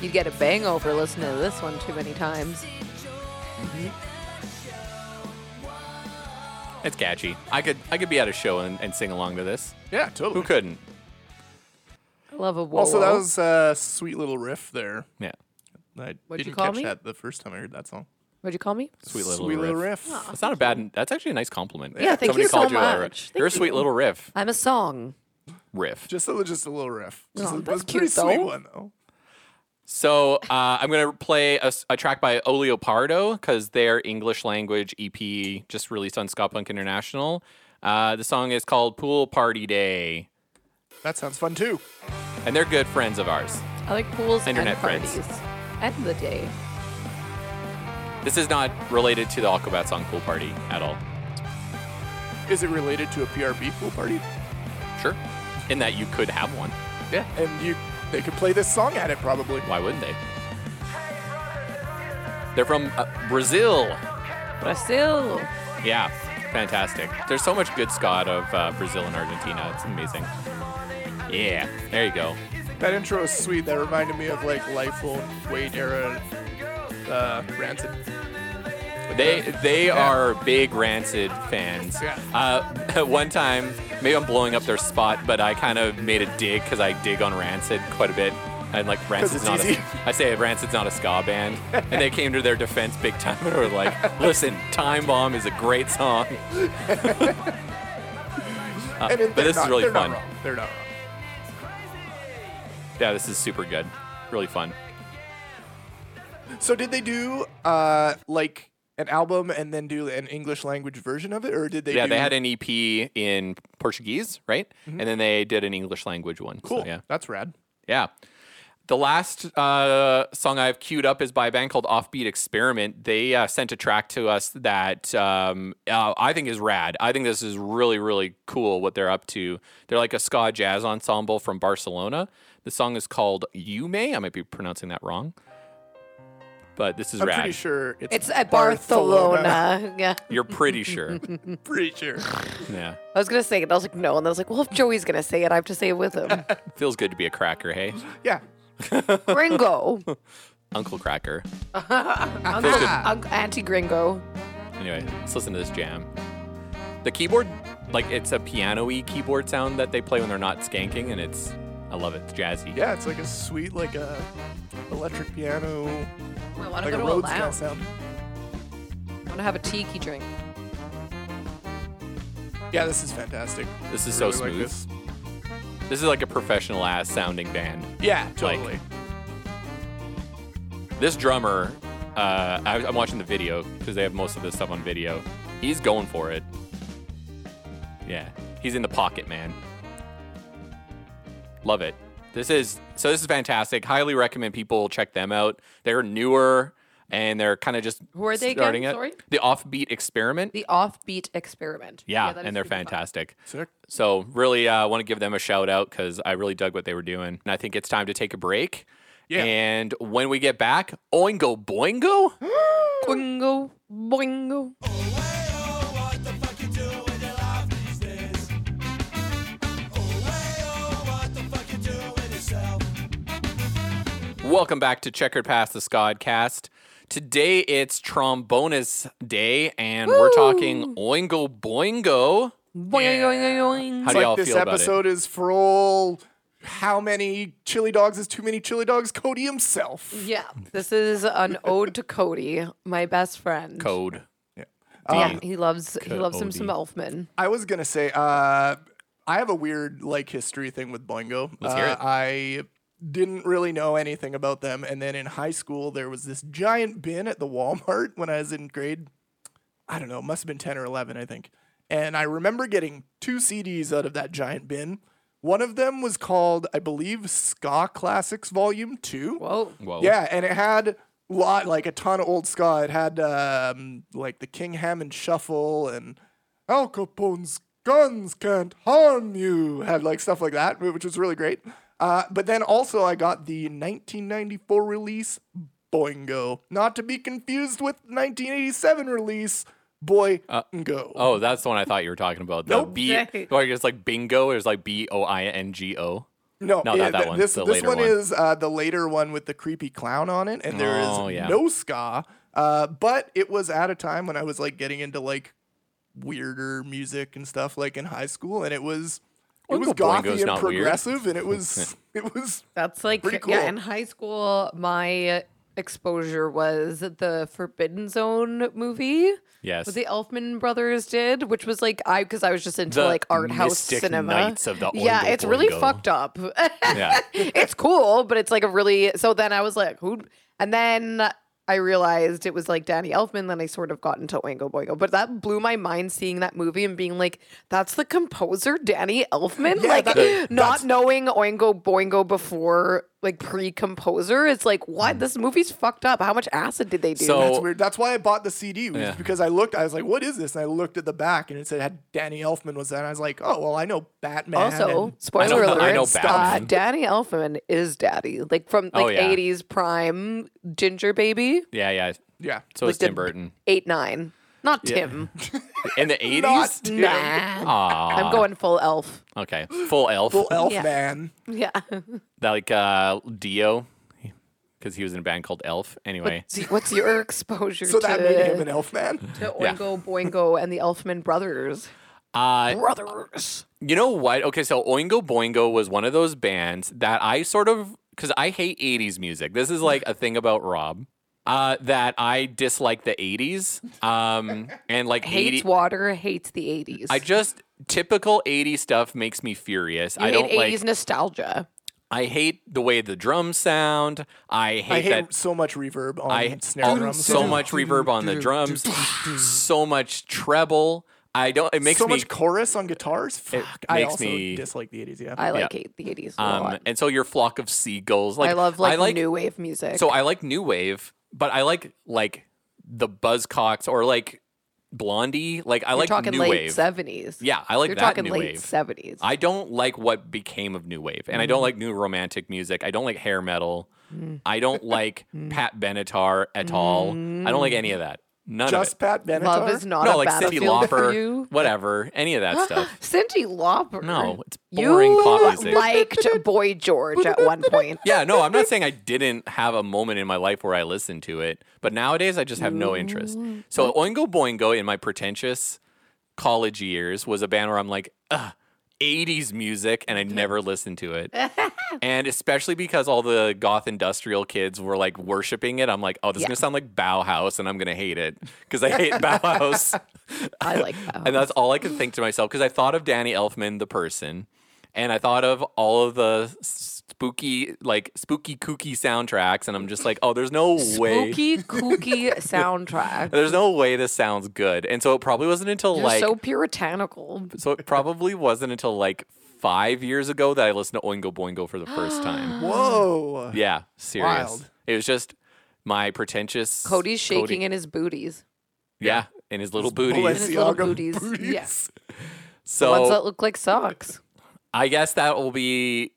S2: You'd get a bang over listening to this one too many times.
S1: It's catchy. I could I could be at a show and, and sing along to this.
S3: Yeah, totally.
S1: Who couldn't?
S2: I love a whoa.
S3: Also, that
S2: whoa.
S3: was a sweet little riff there.
S1: Yeah.
S3: I
S2: What'd you
S3: didn't
S2: call
S3: catch
S2: me?
S3: that the first time I heard that song.
S2: What'd you call me?
S1: Sweet little
S3: Sweet little
S1: riff.
S3: riff.
S1: That's not a bad. That's actually a nice compliment.
S2: Yeah, thank
S1: Somebody
S2: you so
S1: called a-
S2: much.
S1: You're a
S2: Thank
S1: sweet
S2: you.
S1: little riff.
S2: I'm a song.
S1: Riff.
S3: Just a, just a little riff. Just
S2: Oh,
S3: a,
S2: that's
S3: a pretty
S2: cute,
S3: sweet
S2: though.
S3: one though.
S1: So uh, I'm gonna play a, s- a track by Oleopardo because their English language EP just released on Ska Punk International. Uh, the song is called Pool Party Day,
S3: That sounds fun too.
S1: and they're good friends of ours.
S2: I like pools
S1: Internet
S2: and
S1: friends.
S2: parties. End of the day.
S1: This is not related to the Aquabat song Pool Party at all.
S3: Is it related to a PRB pool party?
S1: Sure. In that you could have one.
S3: Yeah. And you, they could play this song at it probably.
S1: Why wouldn't they? They're from uh, Brazil.
S2: Brazil.
S1: Yeah, fantastic. There's so much good ska out of uh, Brazil and Argentina. It's amazing. Yeah, there you go.
S3: That intro is sweet. That reminded me of like Life Will Wait era uh, Rancid.
S1: They they are big Rancid fans.
S3: Yeah.
S1: Uh, one time, maybe I'm blowing up their spot, but I kind of made a dig because I dig on Rancid quite a bit. And like Rancid's
S3: it's
S1: not,
S3: easy.
S1: a, I say Rancid's not a ska band, and they came to their defense big time and were like, "Listen, Time Bomb is a great song." Uh,
S3: and
S1: but this is really
S3: they're
S1: fun.
S3: Not wrong. They're not wrong.
S1: Yeah, this is super good, really fun.
S3: So did they do uh, like an album and then do an English language version of it, or did they?
S1: yeah,
S3: do... Mm-hmm.
S1: they had an EP in Portuguese, right? And then they did an English language one. So,
S3: Cool.
S1: yeah.
S3: That's rad.
S1: Yeah. The last uh, song I've queued up is by a band called Offbeat Experiment. They uh, sent a track to us that um, uh, I think is rad. I think this is really, really cool what they're up to. They're like a ska jazz ensemble from Barcelona. The song is called You May. I might be pronouncing that wrong, but this is
S3: I'm
S1: rad.
S3: pretty sure it's,
S2: It's at Barcelona. Yeah.
S1: You're pretty sure.
S3: pretty sure.
S1: yeah.
S2: I was gonna say it. I was like, no, and I was like, well, if Joey's gonna say it, I have to say it with him.
S1: Feels good to be a cracker, hey?
S3: Yeah.
S2: Gringo,
S1: Uncle Cracker.
S2: Uncle, Uncle Auntie Gringo.
S1: Anyway, let's listen to this jam. The keyboard, like it's a piano-y keyboard sound that they play when they're not skanking, and it's I love it. It's jazzy.
S3: Yeah, it's like a sweet, like a electric piano,
S2: I want to
S3: like a
S2: go to a
S3: Rhodes kind of
S2: lounge.
S3: sound.
S2: I want to have a tiki drink.
S3: Yeah, this is fantastic.
S1: This is
S3: I really
S1: so
S3: like
S1: smooth.
S3: this.
S1: this. is like a professional ass sounding band.
S3: Yeah,
S1: Like-
S3: totally.
S1: This drummer, uh, I, I'm watching the video because they have most of this stuff on video. He's going for it. Yeah, he's in the pocket, man. Love it. This is so. This is fantastic. Highly recommend people check them out. They're newer and they're kind of just
S2: Who are they again?
S1: starting it.
S2: Sorry?
S1: The Offbeat Experiment.
S2: The offbeat experiment.
S1: yeah,
S2: that is
S1: and they're
S2: super fun.
S1: fantastic.
S3: Sick.
S1: So really uh, want to give them a shout out because I really dug what they were doing, and I think it's time to take a break.
S3: Yeah.
S1: And when we get back, Oingo Boingo.
S2: Boingo, boingo.
S1: Welcome back to Checkered Past the Scodcast. Today it's Trombonus Day, and we're talking Oingo Boingo.
S2: Boing, boing, boing,
S1: How do
S2: boing.
S3: It's
S1: y'all
S3: like this
S1: feel about it?
S3: episode is for all how many chili dogs is too many chili dogs cody himself
S2: Yeah, this is an ode to Cody, my best friend.
S1: Code.
S2: yeah, he loves he loves him some
S1: Cody.
S2: Elfman.
S3: i was gonna say uh i have a weird like history thing with boingo
S1: Let's hear
S3: Uh,
S1: it.
S3: i didn't really know anything about them and then in high school there was this giant bin at the walmart when i was in grade i don't know it must have been 10 or 11 i think and i remember getting two cds out of that giant bin one of them was called i believe ska classics volume 2
S2: Whoa.
S1: Whoa.
S3: Yeah, and it had lot like a ton of old ska. It had um, like the King Hammond Shuffle and Al Capone's Guns Can't Harm You. Had like stuff like that, which was really great. Uh, but then also I got the 1994 release Boingo, not to be confused with 1987 release Boingo.
S1: Uh, Oh, that's the one I thought you were talking about. The
S3: Nope.
S1: B,
S2: Right.
S1: or it's like bingo. It's like B O I N G O.
S3: No,
S1: No,
S3: yeah,
S1: not that
S3: th-
S1: one.
S3: This,
S1: The
S3: this
S1: later
S3: one,
S1: one.
S3: is uh, the later one with the creepy clown on it, and there is
S1: Oh, yeah.
S3: no ska. Uh, but it was at a time when I was like getting into like weirder music and stuff, like in high school, and it was it was
S1: Oingo Boingo's
S3: gothy and
S1: not weird.
S3: progressive, and it was it was
S2: That's like
S3: Pretty
S2: yeah.
S3: cool.
S2: In high school, my exposure was the Forbidden Zone movie.
S1: Yes.
S2: What the Elfman brothers did, which was like I because I was just into
S1: The
S2: like art house
S1: Mystic
S2: cinema.
S1: Knights of the
S2: yeah,
S1: Oingo
S2: it's really
S1: Boingo.
S2: fucked up.
S1: Yeah.
S2: it's cool, but it's like a really. So then I was like, who? And then I realized it was like Danny Elfman. Then I sort of got into Oingo Boingo, but that blew my mind seeing that movie and being like, that's the composer Danny Elfman.
S3: Yeah,
S2: like
S3: that- uh,
S2: not
S3: that's-
S2: knowing Oingo Boingo before like pre-composer, it's like
S3: Mm.
S2: what? This movie's fucked up. How much acid did they do?
S1: So-
S3: That's weird. That's why I bought the CD was
S1: Oh. Yeah.
S3: because I looked. I was like, "What is this?" And I looked at the back, and it said had Danny Elfman was that. And I was like, "Oh well, I know Batman."
S2: Also,
S3: and-
S1: I
S2: spoiler
S1: know-
S2: alert:
S1: I know
S2: uh,
S1: Batman.
S2: Danny Elfman is daddy, like from like
S1: Oh, yeah.
S2: '80s prime ginger baby,
S1: yeah, yeah.
S3: yeah,
S1: So
S2: Like
S1: it's Tim
S2: the-
S1: Burton.
S2: eight nine, not Tim.
S1: In the 80s?
S3: Not Tim.
S2: Nah,
S1: Aw.
S2: I'm going full elf.
S1: Okay. Full elf.
S3: Full Elfman.
S2: Yeah. Yeah,
S1: That, like uh, Dio, because he was in a band called Elf. Anyway.
S2: See, what's your exposure
S3: So
S2: to,
S3: that made him an Elfman.
S2: to
S1: Yeah.
S2: Oingo Boingo and the Elfman brothers?
S1: Uh,
S2: Brothers.
S1: You know what? Okay, so Oingo Boingo was one of those bands that I sort of because I hate 80s music. This is like a thing about Rob. Uh, that I dislike the 80s. Um, and like
S2: Hates
S1: 80,
S2: water. Hates the '80s.
S1: I just typical 80s stuff makes me furious.
S2: you
S1: I don't
S2: hate
S1: like
S2: '80s nostalgia.
S1: I hate the way the drums sound. I hate,
S3: I hate
S1: that
S3: so much reverb on
S1: I
S3: snare
S1: oh,
S3: drums.
S1: so much reverb on the drums, so much treble. I don't it makes
S3: so
S1: me
S3: much chorus on guitars. Fuck, I
S1: makes
S3: also
S1: me-
S3: dislike the 80s. Yeah,
S2: I like
S1: Yeah.
S2: hate the '80s a
S1: um
S2: lot.
S1: and so your flock of seagulls like
S2: I love like, new wave music.
S1: So I like new wave, but I like like the Buzzcocks or like Blondie. Like I
S2: You're
S1: like
S2: talking
S1: new
S2: late
S1: wave.
S2: 70s.
S1: Yeah, I like
S2: You're
S1: that
S2: talking
S1: new
S2: late
S1: wave.
S2: 70s.
S1: I don't like what became of new wave, and I
S2: Mm.
S1: don't like new romantic music. I don't like hair metal. I don't like
S2: Mm.
S1: Pat Benatar at all. I don't like any of that. None of
S3: just
S1: it.
S3: Pat Benatar.
S2: Love is not
S1: no,
S2: a
S1: like Cindy
S2: battlefield for you.
S1: Lauper, whatever, any of that stuff.
S2: Cindy Lauper.
S1: No, it's boring
S2: you
S1: pop music.
S2: liked Boy George at one point.
S1: Yeah, no, I'm not saying I didn't have a moment in my life where I listened to it, but nowadays I just have no interest. So Oingo Boingo in my pretentious college years was a band where I'm like, ugh, 80s music, and I never listened to it. and especially because all the goth industrial kids were like worshiping it, I'm like, oh, this is
S2: Yeah.
S1: gonna sound like Bauhaus, and I'm gonna hate it because I hate Bauhaus.
S2: I like that.
S1: And that's all I could think to myself because I thought of Danny Elfman, the person, and I thought of all of the spooky, like spooky, kooky soundtracks, and I'm just like, oh, there's no way,
S2: Spooky, kooky soundtrack.
S1: there's no way this sounds good. And so it probably wasn't until
S2: You're
S1: like,
S2: so
S1: so-,
S2: puritanical.
S1: it probably wasn't until like five years ago that I listened to Oingo Boingo for the first time.
S3: Whoa.
S1: Yeah, serious.
S3: Wild.
S1: It was just my pretentious
S2: Cody's shaking
S1: Cody-
S2: in his booties.
S1: yeah, in his little booty.
S2: In his little
S3: Balenciaga
S2: booties. Yeah.
S3: booties.
S1: So
S2: Ones that look like socks.
S1: I guess that will be.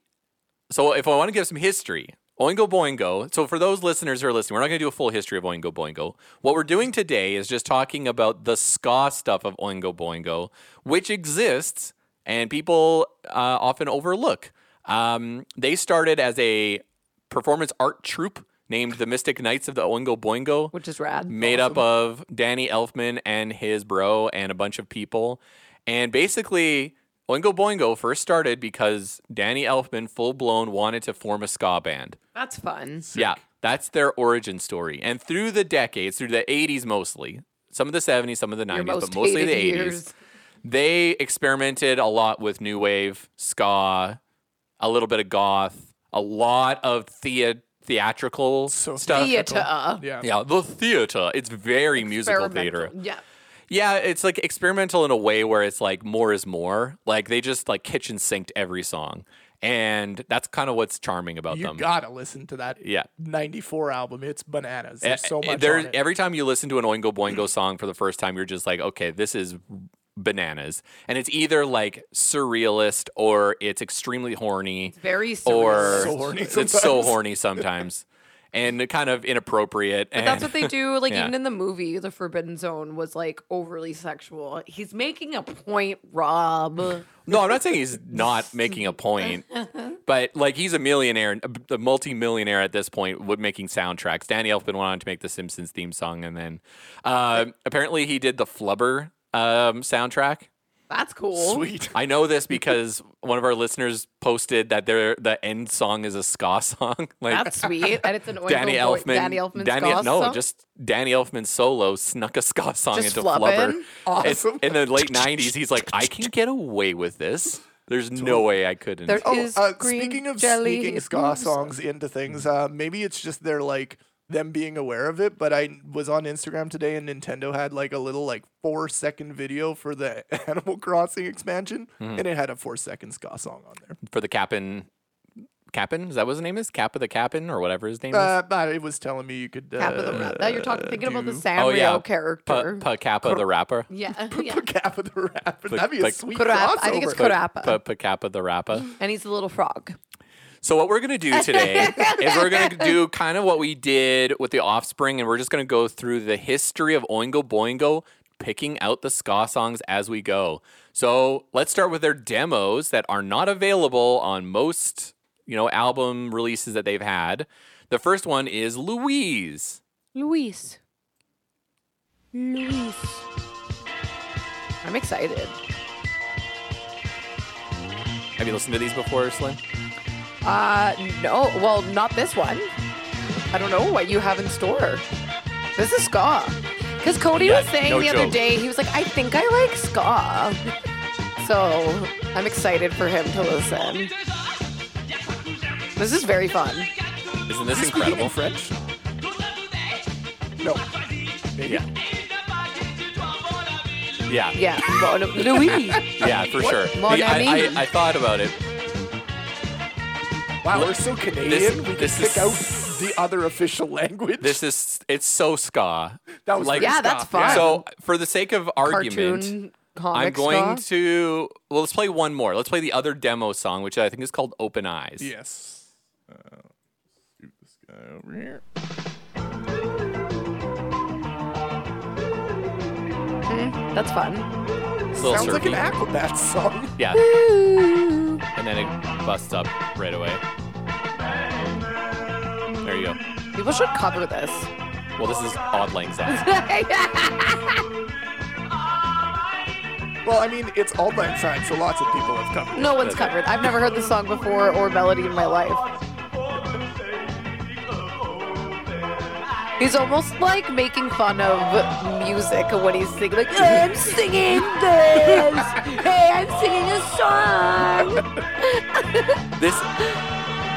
S1: So if I want to give some history, Oingo Boingo. So for those listeners who are listening, we're not going to do a full history of Oingo Boingo. What we're doing today is just talking about the ska stuff of Oingo Boingo, which exists and people uh, often overlook. Um, they started as a performance art troupe named the Mystic Knights of the Oingo Boingo
S2: Which is rad.
S1: made up of Danny Elfman and his bro and a bunch of people. And basically, Oingo Boingo first started because Danny Elfman, full blown, wanted to form a ska band.
S2: That's fun.
S1: Yeah, that's their origin story. And through the decades, through the 80s mostly, some of the 70s, some of the 90s,
S2: Your most
S1: but mostly
S2: hated
S1: the 80s,
S2: years.
S1: they experimented a lot with new wave, ska, a little bit of goth, a lot of thea- theatrical
S3: So
S1: stuff.
S2: Theater.
S3: Yeah.
S1: Yeah, the theater. It's very musical theater.
S2: Experimental. Yeah.
S1: Yeah, it's like experimental in a way where it's like more is more. Like they just like kitchen synced every song. And that's kind of what's charming about
S3: You
S1: them.
S3: gotta listen to that.
S1: Yeah.
S3: '94 album. It's bananas. There's
S1: Eh,
S3: so
S1: eh,
S3: much.
S1: there's-
S3: on it. Mm.
S1: Every time you listen to an Oingo Boingo song for the first time, you're just like, okay, this is bananas. And it's either like surrealist or it's extremely horny.
S2: Very surreal.
S1: or
S3: So horny
S1: it's so
S3: sometimes.
S1: horny sometimes. and kind of inappropriate. and
S2: That's what they do. Like
S1: Yeah.
S2: even in the movie, the Forbidden Zone was like overly sexual. He's making a point, Rob.
S1: No, I'm not saying he's not making a point, but like he's a millionaire, a- a multi-millionaire at this point, with making soundtracks. Danny Elfman went on to make the Simpsons theme song, and then uh, apparently he did the Flubber um, soundtrack,
S2: That's cool.
S3: Sweet.
S1: I know this because one of our listeners posted that their the end song is a ska song. Like
S2: That's sweet. And it's an Oingo
S1: Danny
S2: Boy-
S1: Elfman.
S2: Danny Elfman.
S1: Danny-
S2: ska
S1: no,
S2: song?
S1: just Danny Elfman solo snuck a ska song
S2: Just
S1: into
S2: flubbing?
S1: Flubber. It's-
S3: Awesome.
S1: in the late '90s, he's like, I can get away with this. There's no way I couldn't.
S2: There-
S3: Oh,
S2: is
S3: uh,
S2: green
S3: speaking of
S2: jelly
S3: sneaking
S2: is
S3: ska
S2: loose.
S3: songs into things, uh, maybe it's just they're like them being aware of it. But I was on Instagram today, and Nintendo had like a little like four second video for the Animal Crossing expansion,
S1: Hmm.
S3: and it had a four second ska song on there.
S1: for the Cap'n. Cap'n? Is that what his name is? Kappa the Cap'n or whatever his name is?
S3: Uh, but it was telling me you could. Uh,
S2: Cap of the Rap. Now you're talking thinking about the
S3: do-
S2: Sanrio
S1: oh, yeah.
S2: character.
S1: Pa, pa Kappa the rapper.
S2: yeah, yeah.
S3: Put Cap of the Rap. That'd be a
S1: like-
S3: sweet
S2: Crap,
S3: crossover.
S2: I think it's
S1: Pa-
S2: Karappa.
S1: Pa, pa Kappa the rapper.
S2: And he's a little frog.
S1: So what we're gonna do today is we're gonna do kind of what we did with the offspring, and we're just gonna go through the history of Oingo Boingo, picking out the ska songs as we go. So let's start with their demos that are not available on most, you know, album releases that they've had. The first one is Louise.
S2: Luis. Luis. I'm excited.
S1: Have you listened to these before, Slim?
S2: Uh, no. Well, not this one. I don't know what you have in store. This is ska. Because Cody
S1: Yeah,
S2: was saying
S1: no
S2: the other
S1: joke.
S2: day, he was like, I think I like ska. So I'm excited for him to listen. This is very fun.
S1: Isn't this
S3: Speaking
S1: incredible?
S3: in French? No. Maybe.
S1: Yeah. Yeah, yeah,
S2: Yeah. Bon- Louis.
S1: for sure.
S2: Mon
S1: The- I-
S2: ami.
S1: I, I thought about it.
S3: Wow, we're so Canadian. we can
S1: this
S3: pick
S1: is-
S3: out the other official language.
S1: This is it's so ska.
S3: That was
S1: like-
S3: pretty
S2: Yeah, that's
S3: ska.
S2: fun.
S1: So, for the sake of argument,
S2: Cartoon
S1: I'm
S2: comic
S1: going
S2: ska.
S1: to. Well, let's play one more. Let's play the other demo song, which I think is called "Open Eyes."
S3: Yes. Uh, let's scoot this guy over here.
S2: That's fun.
S1: It's a little
S3: Sounds like
S1: surfy.
S3: an acrobat song.
S1: Yeah, and then it busts up right away. There you go.
S2: People should cover this.
S1: Well, this is odd lang syne.
S3: Well, I mean, it's all by sign, so lots of people have covered.
S2: no one's covered. I've never heard this song before or melody in my life. He's almost like making fun of music when he's singing, like, I'm singing this. hey, I'm singing a song.
S1: This,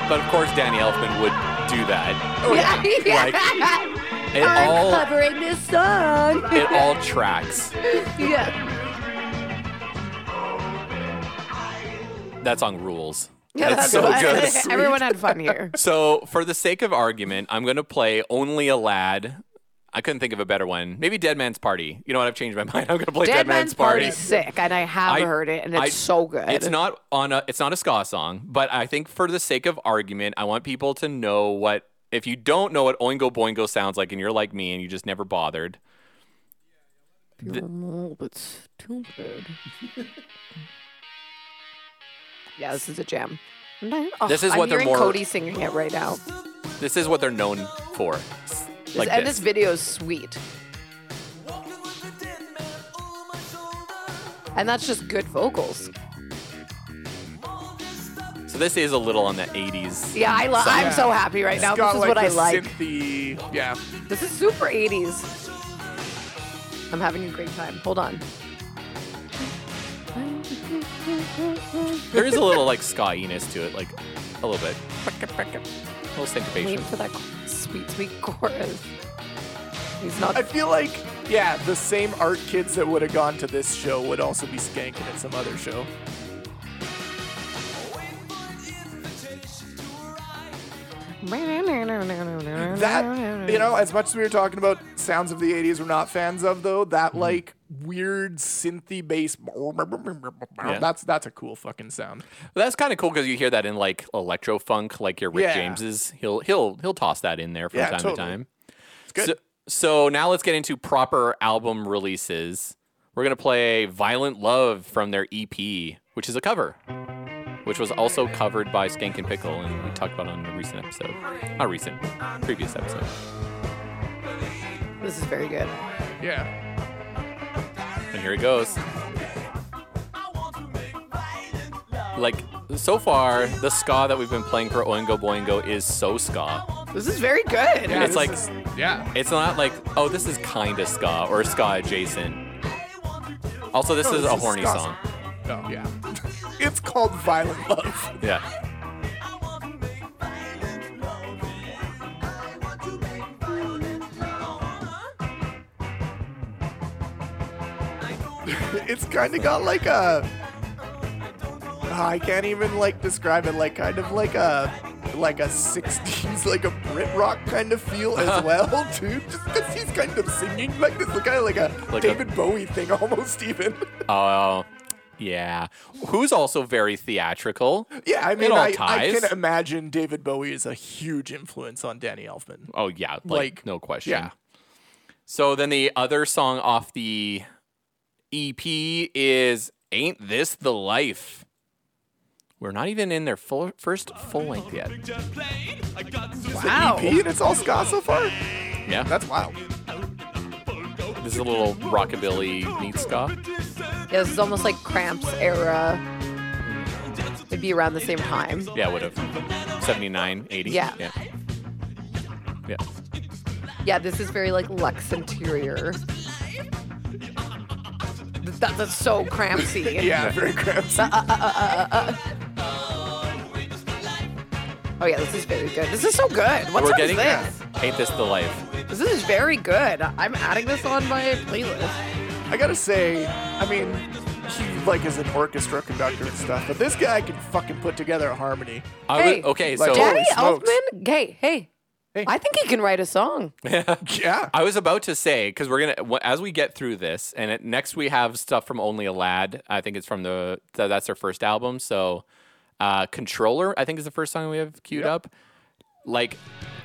S1: but of course, Danny Elfman would do that.
S2: yeah, yeah.
S1: It
S2: I'm
S1: all
S2: covering this song.
S1: it all tracks.
S2: yeah.
S1: That song rules.
S2: Yeah,
S1: That's so
S2: fun.
S1: good.
S2: Everyone had fun here.
S1: So, for the sake of argument, I'm going to play Only a Lad. I couldn't think of a better one. Maybe Dead Man's Party. You know what? I've changed my mind. I'm going to play Dead,
S2: Dead Man's Party's
S1: Party.
S2: sick, and I have
S1: I-
S2: heard it, and it's
S1: I-
S2: so good.
S1: It's not on a it's not a ska song, but I think for the sake of argument, I want people to know what if you don't know what Oingo Boingo sounds like and you're like me and you just never bothered.
S2: normal, but stupid. yeah, this is a jam. Oh,
S1: This is
S2: I'm
S1: what they're
S2: hearing
S1: more-
S2: Cody singing it right now.
S1: This is what they're known for.
S2: This-
S1: Like
S2: and
S1: this.
S2: this video is sweet. And that's just good vocals.
S1: So this is a little on the 80s.
S2: Yeah, I love. I'm so happy right now.
S3: It's got
S2: This is
S3: like
S2: what I
S3: the
S2: like.
S3: Synthy, yeah.
S2: This is super 80s. I'm having a great time. Hold on.
S1: There is a little like ska-iness to it, like a little bit. A little syncopation.
S2: Wait for that sweet, sweet chorus. He's not.
S3: I feel like, yeah, the same art kids that would have gone to this show would also be skanking at some other show. That, you know, as much as we were talking about sounds of the 80s we're not fans of, though, that like weird synthy bass, that's that's a cool fucking sound.
S1: Well, that's kind of cool because you hear that in like electro funk, like your Rick
S3: Yeah.
S1: James's. He'll he'll he'll toss that in there from
S3: Yeah,
S1: time
S3: totally.
S1: to time. It's
S3: good.
S1: So, so now let's get into proper album releases. We're gonna play "Violent Love" from their EP, which is a cover, which was also covered by Skank and Pickle, and we talked about on a recent episode. Not recent, previous episode.
S2: This is very good.
S3: Yeah.
S1: And here it goes. like so far the ska that we've been playing for Oingo Boingo is so ska.
S2: This is very good.
S1: it's
S3: this
S1: like
S3: is-
S5: Yeah.
S1: it's not like oh this is kinda ska or ska adjacent. Also, this
S3: No,
S1: is
S3: this
S1: a
S3: is
S1: horny
S3: ska.
S1: song.
S5: Oh, yeah.
S3: It's called Violent Love.
S1: Yeah.
S3: It's kind of got like a. Ah, I can't even like describe it. Like kind of like a, like a '60s, like a Brit rock kind of feel as well, too. Just because he's kind of singing like this, kind of like a
S1: Like a-
S3: David Bowie thing, almost even.
S1: Oh, yeah. Who's also very theatrical.
S3: yeah, I mean,
S1: all
S3: I, I
S1: ties.
S3: can imagine David Bowie is a huge influence on Danny Elfman.
S1: Oh yeah, like,
S3: Like,
S1: no question.
S3: yeah.
S1: So then the other song off the EP is "Ain't This the Life." We're not even in their full, first full length yet.
S3: Wow, EP and it's all ska so far.
S1: Yeah,
S3: That's wild.
S1: this is a little rockabilly meets ska.
S2: Yeah, this is almost like Cramps era. It'd be around the same time.
S1: Yeah, would have 79, 80.
S2: Yeah.
S1: yeah, yeah.
S2: Yeah, this is very like Lux Interior. Th- That, that's so Crampsy.
S3: Yeah, very cramped.
S2: Oh yeah, this is very good. This is so good. What's
S1: We're
S2: up
S1: getting
S2: with this?
S1: "Ain't This the Life."
S2: This is very good. I'm adding this on my playlist.
S3: I gotta say, I mean, he like is an orchestra conductor and stuff, but this guy can fucking put together a harmony.
S1: I would-
S2: Hey,
S1: okay,
S3: like-
S1: so
S2: Danny
S3: smokes.
S2: Elfman. Hey, hey,
S3: Hey.
S2: I think he can write a song.
S3: Yeah.
S1: I was about to say because we're gonna wh- as we get through this, and it, next we have stuff from Only a Lad. I think it's from the th- that's their first album. So, uh, Controller, I think is the first song we have queued up. Like,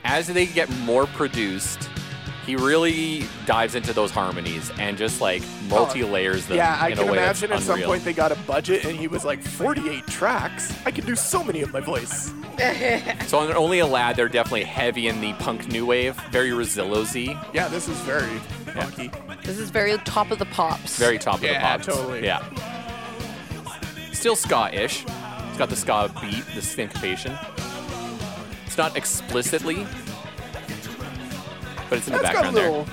S1: as they get more produced, he really dives into those harmonies and just like multi layers them.
S3: Oh, Yeah, I
S1: in
S3: can
S1: a way that's
S3: imagine at some
S1: unreal.
S3: point they got a budget and he was like, 48 tracks? I can do so many of my voice.
S1: So on Only a Lad, they're definitely heavy in the punk new wave, very Rosillo-y,
S3: Yeah, this is very funky.
S2: This is very top of the pops.
S1: very top of the
S3: Yeah,
S1: pops.
S3: totally.
S1: Yeah. Still ska-ish. It's got the ska beat, the syncopation. It's not explicitly, but it's in the
S3: That's got a
S1: background
S3: little,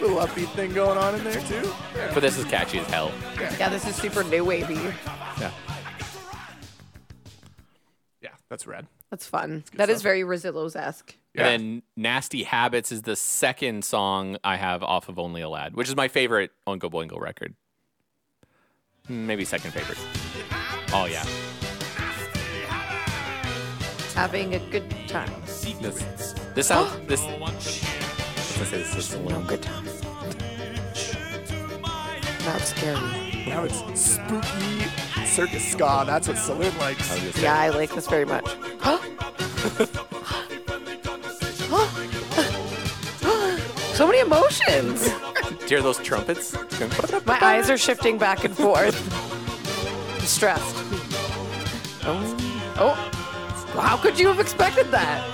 S3: little upbeat thing going on in there, too.
S1: there. But this is catchy as hell.
S2: Yeah, this is super new wavy.
S1: Yeah.
S3: Yeah, that's rad.
S2: That's fun. That is very Rosillo's esque.
S3: Yeah.
S1: And then Nasty Habits is the second song I have off of Only a Lad, which is my favorite Oingo Boingo record. Hmm, Maybe second favorite. Oh, yeah.
S2: Having a good time.
S1: This, this
S2: Oh!
S1: sounds. This, this is just a little
S2: Good time. Not scary.
S3: Now it's spooky circus ska. That's what Saloon likes.
S2: Yeah, I like this very much. Huh? so many emotions.
S1: Do you hear those trumpets?
S2: My eyes are shifting back and forth. I'm stressed. Oh. oh, how could you have expected that?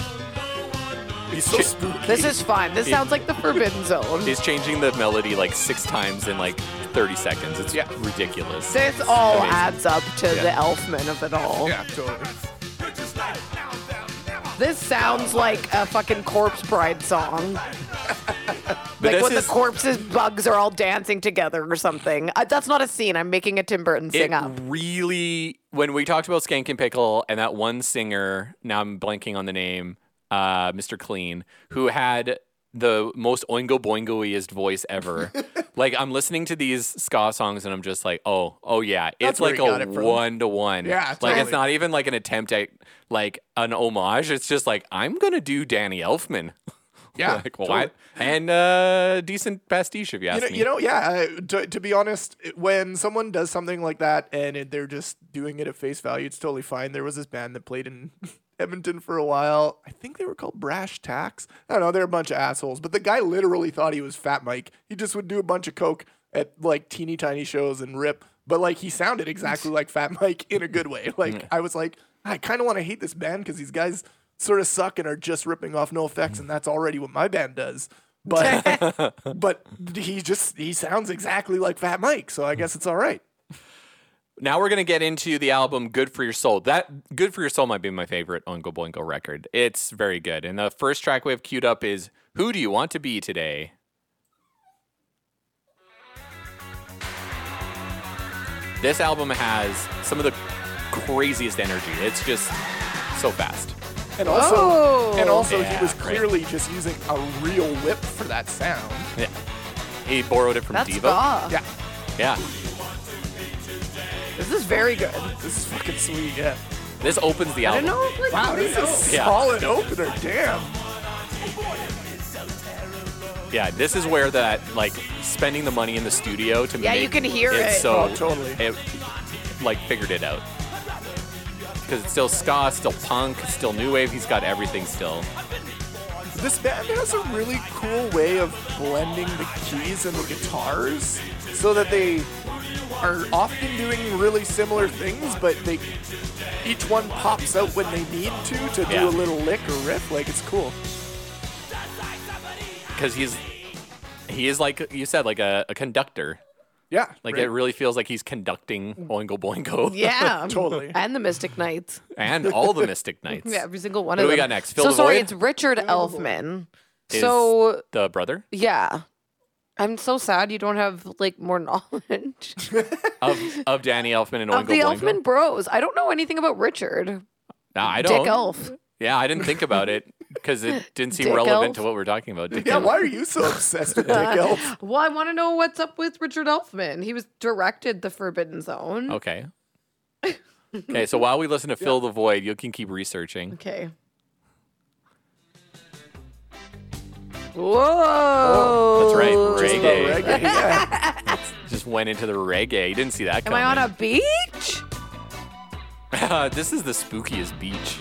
S3: He's so spooky.
S2: This is fun. This sounds like the Forbidden Zone.
S1: He's changing the melody like six times in like 30 seconds. It's
S3: Yeah.
S1: ridiculous.
S2: This all
S1: Amazing.
S2: adds up to the
S1: Yeah.
S2: Elfman of it all.
S3: Yeah, totally.
S2: This sounds like a fucking Corpse Bride song. like
S1: this
S2: when
S1: is-
S2: the corpses bugs are all dancing together or something. Uh, that's not a scene. I'm making a Tim Burton
S1: It
S2: sing up.
S1: really, when we talked about Skank and Pickle and that one singer, now I'm blanking on the name, uh, Mr. Clean, who had the most oingo boingoiest voice ever. like I'm listening to these ska songs and I'm just like, oh, oh yeah, it's
S3: That's where
S1: like
S3: he got
S1: a
S3: it from.
S1: one to one.
S3: Yeah,
S1: like it's
S3: totally.
S1: not even like an attempt at like an homage. It's just like I'm gonna do Danny Elfman.
S3: Yeah,
S1: like
S3: totally.
S1: what? And uh, decent pastiche, if you ask
S3: You know,
S1: me.
S3: you know, yeah. Uh, to, to be honest, it- when someone does something like that and it, they're just doing it at face value, it's totally fine. There was this band that played in Edmonton for a while. I think they were called Brash Tacks. I don't know. They're a bunch of assholes, but the guy literally thought he was Fat Mike. He just would do a bunch of coke at like teeny tiny shows and rip. But like he sounded exactly like Fat Mike in a good way. Like I was like, I kind of want to hate this band because these guys sort of suck and are just ripping off No
S1: Mm.
S3: Effects, and that's already what my band does. But but he just he sounds exactly like Fat Mike, so I guess it's all right.
S1: Now we're gonna get into the album "Good for Your Soul." That "Good for Your Soul" might be my favorite Uncle Blinko record. It's very good, and the first track we have queued up is "Who Do You Want to Be Today." This album has some of the craziest energy. It's just so fast.
S3: And also,
S2: Oh.
S3: and also
S1: Yeah,
S3: he was
S1: right.
S3: clearly just using a real whip for that sound.
S1: Yeah. He borrowed it from
S2: That's
S1: Devo.
S2: ska.
S3: Yeah,
S1: Yeah.
S2: This is very good.
S3: this is fucking sweet. Yeah.
S1: This opens the
S2: I
S1: album.
S2: don't know. Like,
S3: Wow, this is
S1: Yeah.
S3: solid opener. Damn.
S1: Yeah, this is where that like spending the money in the studio to
S2: Yeah,
S1: make
S2: you can hear it.
S1: So
S3: Oh, totally.
S1: It like figured it out because it's still ska, still punk, still new wave. He's got everything still.
S3: This band has a really cool way of blending the keys and the guitars so that they are often doing really similar things, but they each one pops out when they need to to
S1: Yeah.
S3: do a little lick or riff. Like it's cool.
S1: Because he's he is like you said, like a, a conductor.
S3: Yeah,
S1: Like
S3: right.
S1: it really feels like he's conducting Oingo Boingo.
S2: Yeah.
S3: Totally.
S2: And the Mystic Knights.
S1: and all the Mystic Knights.
S2: Yeah, every single one
S1: What
S2: of
S1: do we
S2: them.
S1: got next? Fill
S2: so
S1: the
S2: sorry,
S1: void?
S2: it's Richard Elfman.
S1: Is
S2: So
S1: the brother
S2: yeah, I'm so sad you don't have like more knowledge
S1: of of Danny Elfman and Oingo
S2: of the
S1: Boingo.
S2: Elfman Bros. I don't know anything about Richard.
S1: Nah, I don't.
S2: Dick Elf.
S1: Yeah, I didn't think about it because it didn't seem
S2: Dick
S1: relevant
S2: Elf.
S1: to what we're talking about. Dick
S3: yeah.
S1: Elf.
S3: Why are you so obsessed with Dick Elf?
S2: Well, I want to know what's up with Richard Elfman. He was directed The Forbidden Zone.
S1: Okay. Okay, so while we listen to Fill the Void, you can keep researching.
S2: Okay. Whoa.
S1: Oh, That's right,
S3: Just about
S1: reggae.
S3: reggae, yeah.
S1: Just went into the reggae. You didn't see that
S2: Am
S1: coming.
S2: I on a beach?
S1: this is the spookiest beach.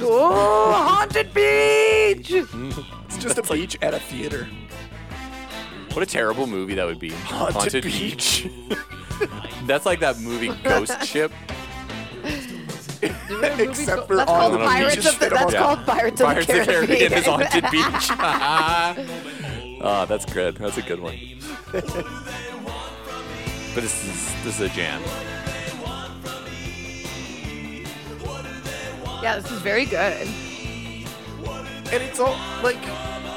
S2: Oh, haunted beach.
S3: It's just a beach at a theater.
S1: What a terrible movie that would be. Haunted,
S3: Beach.
S1: That's like that movie Ghost Ship.
S3: Except for
S2: That's
S3: all
S2: called
S3: the
S1: Pirates
S3: beaches
S2: of the-
S3: shit on
S2: that's
S3: the-
S2: called- Pirates of the Caribbean.
S1: is Haunted Beach. oh, that's good. That's a good one. But this is this is a jam.
S2: Yeah, this is very good.
S3: and it's all like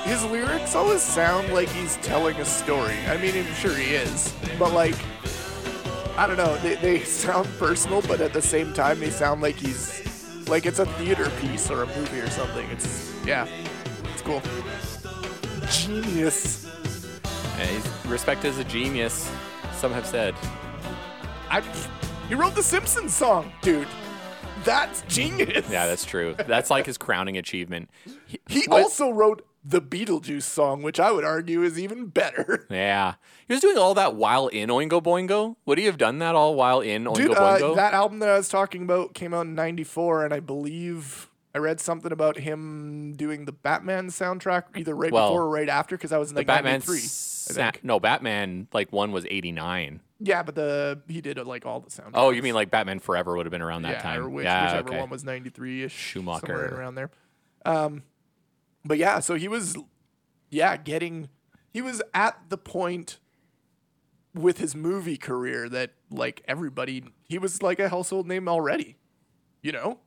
S3: his lyrics always sound like he's telling a story. I mean, I'm sure he is, but like I don't know, they, they sound personal, but at the same time, they sound like he's like it's a theater piece or a movie or something. It's yeah, it's cool. Genius.
S1: Yeah, he's- respect is a genius. Some have said.
S3: I he wrote the Simpsons song, dude. That's genius.
S1: Yeah, that's true. That's like his crowning achievement. He-
S3: He
S1: what-
S3: also wrote the Beetlejuice song, which I would argue is even better.
S1: Yeah. He was doing all that while in Oingo Boingo. Would he have done that all while in Oingo
S3: Dude, uh,
S1: Boingo?
S3: that album that I was talking about came out in '94, and I believe I read something about him doing the Batman soundtrack either right
S1: Well,
S3: before or right after because I was in like
S1: Batman
S3: '93.
S1: sa- no, Batman like one was 89.
S3: Yeah, but the he did like all the soundtracks.
S1: Oh, you mean like Batman Forever would have been around that
S3: yeah,
S1: time.
S3: Or which,
S1: yeah,
S3: whichever
S1: okay.
S3: one was '93 ish,
S1: Schumacher.
S3: somewhere around there. Um, but yeah, so he was, yeah, getting, he was at the point with his movie career that like everybody, he was like a household name already, you know.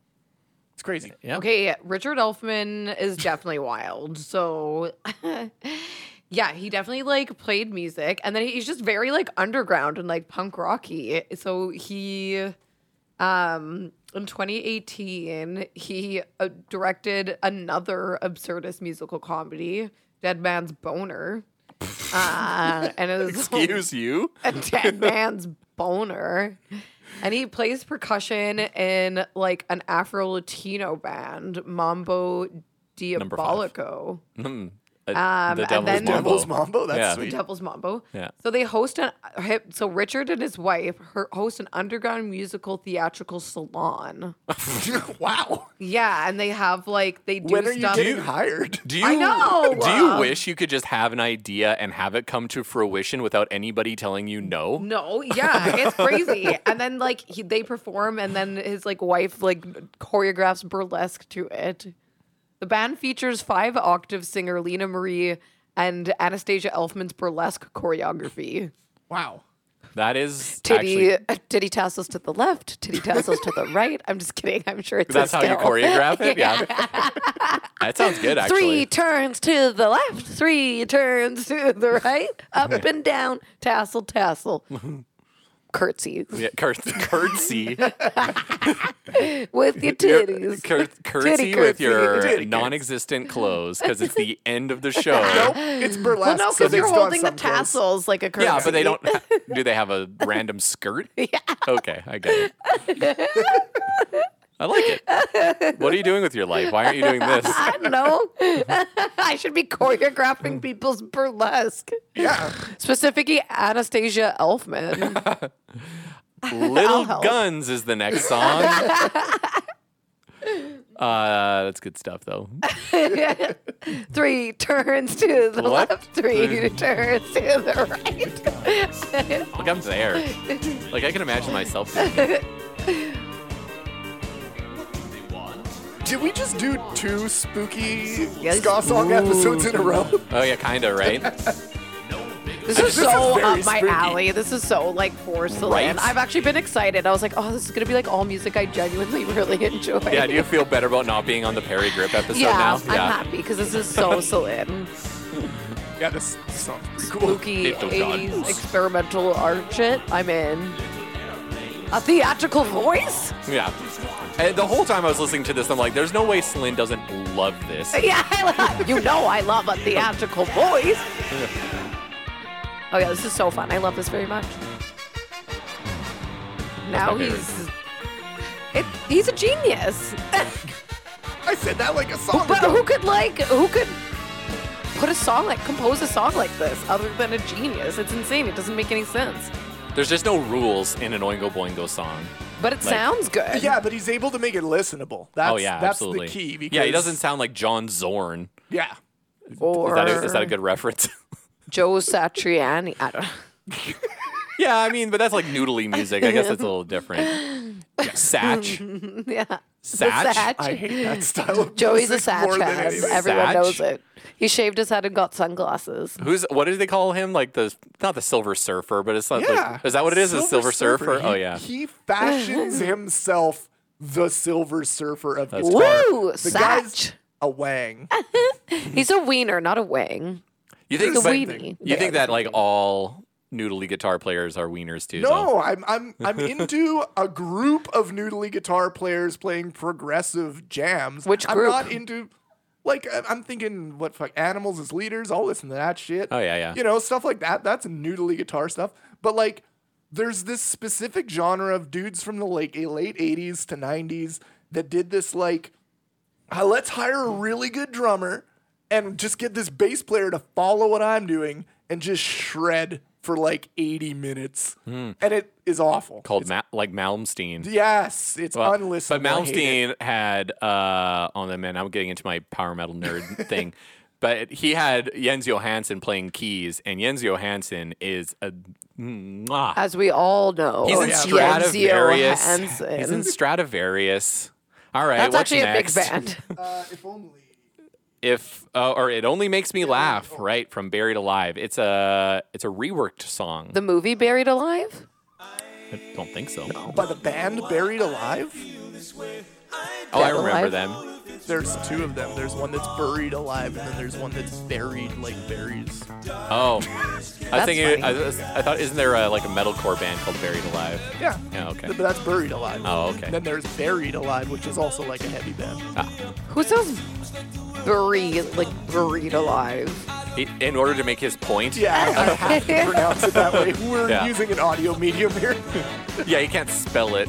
S3: It's crazy.
S1: yeah.
S2: Okay, Richard Elfman is definitely wild. So, yeah, he definitely like played music, and then he's just very like underground and like punk rocky. So he, um, in 2018, he uh, directed another absurdist musical comedy, Dead Man's Boner. Uh, and it was
S1: Excuse you?
S2: a dead man's boner. And he plays percussion in like an Afro Latino band, Mambo
S1: five.
S2: Diabolico.
S1: Uh,
S2: Um,
S1: the
S2: and
S1: Devil's
S2: then-
S1: Mambo.
S3: Devil's Mambo. That's
S1: Yeah.
S2: The
S3: sweet.
S2: Devil's Mambo.
S1: Yeah.
S2: So they host an hip. So Richard and his wife her, host an underground musical theatrical salon.
S3: wow.
S2: Yeah, and they have like they do
S3: When are you
S2: stuff.
S3: getting hired?
S1: Do you,
S2: I know,
S1: do you
S2: uh,
S1: wish you could just have an idea and have it come to fruition without anybody telling you no?
S2: No, yeah, it's crazy. and then like he, they perform, and then his like wife like choreographs burlesque to it. The band features five octave singer Lena Marie and Anastasia Elfman's burlesque choreography.
S3: Wow.
S1: That is
S2: Titty, uh,
S1: actually
S2: titty tassels to the left, titty tassels to the right. I'm just kidding. I'm sure it's a
S1: that's how you
S2: skill.
S1: choreograph it. Yeah, that sounds good. Actually,
S2: Three turns to the left, three turns to the right, up and down, tassel, tassel. Curtsies
S1: Yeah, cur- curtsy,
S2: with your
S1: Your-
S2: titties.
S1: cur- curtsy with
S2: curtsy.
S1: your
S3: Titty curtsy.
S1: non-existent clothes because it's the end of the show.
S3: Nope, it's
S2: well,
S3: burlesque.
S2: no,
S3: so
S2: because
S3: they
S2: you're
S3: still have
S2: holding the
S3: some clothes.
S2: tassels like a curtsy.
S1: Yeah, but they don't. Do they have a random skirt? Yeah. Okay, I get it. I like it. What are you doing with your life? Why aren't you doing this?
S2: I don't know. I should be choreographing people's burlesque.
S3: Yeah,
S2: Specifically, Anastasia Elfman.
S1: Little
S2: help.
S1: Guns is the next song. Uh, that's good stuff, though.
S2: three turns to the
S1: Left.
S2: left, three turns to the right.
S1: Like I'm there. Like I can imagine myself. Doing it.
S3: did we just do two spooky
S2: Yes.
S3: ska song episodes in a row?
S1: Oh yeah, kind of right.
S2: This is
S3: This is
S2: so
S3: very
S2: up my
S3: spooky.
S2: alley. This is so like for Celine.
S1: Right?
S2: I've actually been excited. I was like, oh, this is gonna be like all music I genuinely really enjoy.
S1: Yeah, do you feel better about not being on the Perry Grip episode
S2: yeah,
S1: now?
S2: I'm happy because this is so Celine.
S3: Yeah, this sounds pretty cool.
S2: Spooky
S1: Little guns.
S2: 80s experimental art shit. I'm in. A theatrical voice?
S1: Yeah. And the whole time I was listening to this, I'm like, there's no way Celine doesn't love this.
S2: Yeah, I love, you know I love a theatrical voice. Oh yeah, this is so fun. I love this very much. Now
S1: favorite.
S2: he's it, he's a genius.
S3: I said that like a song.
S2: But
S3: ago.
S2: who could like who could put a song like compose a song like this other than a genius? It's insane. It doesn't make any sense.
S1: There's just no rules in an Oingo Boingo song.
S2: But it
S1: Like-
S2: sounds good.
S3: Yeah, but he's able to make it listenable. That's,
S1: oh yeah,
S3: that's
S1: absolutely.
S3: the key. Because,
S1: yeah, he doesn't sound like John Zorn.
S3: Yeah,
S2: Or
S1: Is that a, is that a good reference?
S2: Joe Satriani? I don't know.
S1: yeah, I mean, but that's like noodly music. I guess that's a little different. Yeah, Satch.
S2: yeah.
S1: Satch?
S2: Satch.
S3: I hate that style. Of
S2: Joey's a
S3: music more
S2: Satch
S3: than
S2: fan.
S3: anything.
S2: Everyone
S1: Satch?
S2: knows it. He shaved his head and got sunglasses.
S1: Who's what do they call him? Like the not the Silver Surfer, but it's not.
S3: Yeah,
S1: Uh, Like, is that what it is? a Silver Surfer?
S3: He-
S1: Oh yeah.
S3: he fashions himself the Silver Surfer of
S1: That's
S3: his
S2: Woo,
S3: The
S2: Satch.
S3: guy's a wang.
S2: He's a wiener, not a wang.
S1: You think?
S2: He's a
S1: but-
S2: weenie.
S1: You think that like all noodly guitar players are wieners too? though?
S3: No, I'm I'm I'm into a group of noodly guitar players playing progressive jams.
S2: Which
S3: I'm
S2: group?
S3: not into. Like I- I'm thinking, what fuck? Animals as leaders. I'll listen to that shit.
S1: Oh, yeah, yeah.
S3: You know, stuff like that. That's noodly guitar stuff. But like, there's this specific genre of dudes from the like e-, late '80s to '90s that did this like, uh, let's hire a really good drummer and just get this bass player to follow what I'm doing and just shred for like 80 minutes,
S1: Hmm.
S3: and it is awful.
S1: Called Ma- like Malmsteen.
S3: Yes, it's
S1: Well,
S3: unlistenable.
S1: But
S3: I hate it.
S1: Malmsteen had uh on the man, I'm getting into my power metal nerd thing. But he had Jens Johansson playing keys, and Jens Johansson is a mwah.
S2: As we all know.
S1: he's
S3: Oh,
S1: in
S2: Jens
S1: Stradivarius.
S2: Johansson.
S1: He's in Stradivarius. All right,
S2: That's
S1: what's
S2: actually
S1: next?
S2: a big band.
S3: Uh, if only.
S1: If uh, or it only makes me laugh, right? From Buried Alive, it's a it's a reworked song.
S2: The movie Buried Alive?
S1: I don't think so.
S3: By the band Buried Alive?
S1: Oh, I
S2: Dead
S1: remember
S2: Alive?
S1: them.
S3: There's two of them. There's one that's buried alive, and then there's one that's buried like berries.
S1: Oh, I was
S2: That's
S1: thinking. I,
S2: funny.
S1: was- I thought, isn't there a, like a metalcore band called Buried Alive?
S3: Yeah.
S1: Yeah, Oh, okay.
S3: But that's buried alive.
S1: Oh, okay.
S3: Then there's buried alive, which is also like a heavy band.
S2: Who sounds buried, like buried alive?
S1: He- in order to make his point,
S3: Yeah, I have to pronounce it that way. We're
S1: Yeah.
S3: using an audio medium here.
S1: yeah, he can't spell it.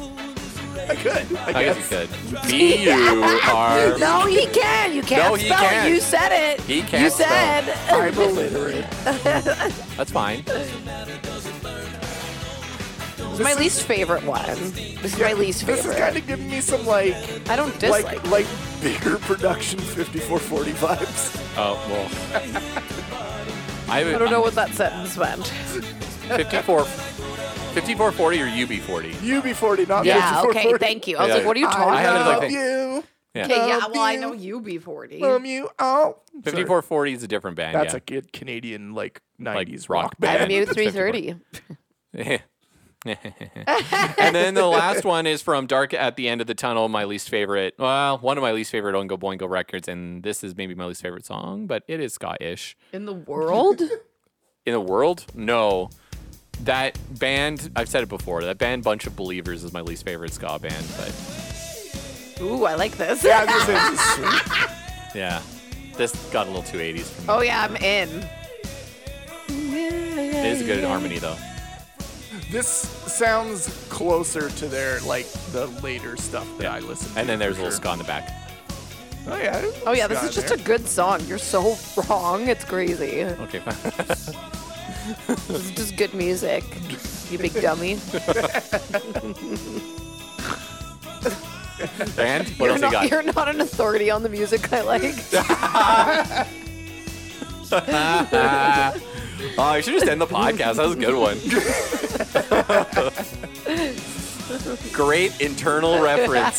S3: I could. I,
S1: I guess he
S3: guess.
S1: could. B U R.
S2: No, he can. You can't
S1: No, he
S2: spell
S1: can't.
S2: it. You said it.
S1: He
S2: You
S1: can't spell.
S2: said.
S3: I'm illiterate.
S1: That's fine.
S2: It's my least favorite one. This is my least
S3: This is
S2: favorite.
S3: kind of giving me some like,
S2: I don't dislike.
S3: like, like bigger production 5440 vibes.
S1: Oh well. I,
S2: I don't know what that sentence meant.
S1: 54, 5440 or UB forty.
S3: UB40, not
S2: Yeah,
S3: 5440.
S2: okay, thank you. I was
S1: Yeah.
S2: like, what are you
S3: I
S2: talking
S1: had it,
S2: about?
S1: like,
S3: love
S1: think-
S3: you.
S1: Yeah.
S2: Okay, yeah,
S3: Love
S2: well, I
S3: you.
S2: know you be 40.
S3: From you. Oh. Sorry.
S1: Fifty four forty is a different band.
S3: That's
S1: yeah.
S3: a good Canadian like 90s
S1: rock
S3: rock,
S1: band.
S3: band.
S2: I'm you
S1: It's 54.
S2: 330.
S1: and then the last one is from Dark at the End of the Tunnel, my least favorite. Well, one of my least favorite Oingo Boingo records, and this is maybe my least favorite song, but it is Scottish.
S2: In the world?
S1: In the world? No. That band, I've said it before, that band Bunch of Believers is my least favorite ska band, but
S2: Ooh, I like this.
S3: Yeah, I was gonna say, this is sweet.
S1: yeah. This got a little too 80s for me.
S2: Oh yeah, I'm in.
S1: It is good in harmony though.
S3: This sounds closer to their like the later stuff that I listen to.
S1: And then there's a
S3: for
S1: little
S3: sure.
S1: ska in the back.
S3: Oh yeah. there's a
S2: Oh yeah, this
S3: little ska
S2: is
S3: in
S2: just a
S3: there.
S2: good song. You're so wrong. It's crazy.
S1: Okay, fine.
S2: This is just good music. You big dummy.
S1: Band, what
S2: You're
S1: else you
S2: not,
S1: got?
S2: you're not an authority on the music I like.
S1: Oh, I should just end the podcast. That was a good one. Great internal reference.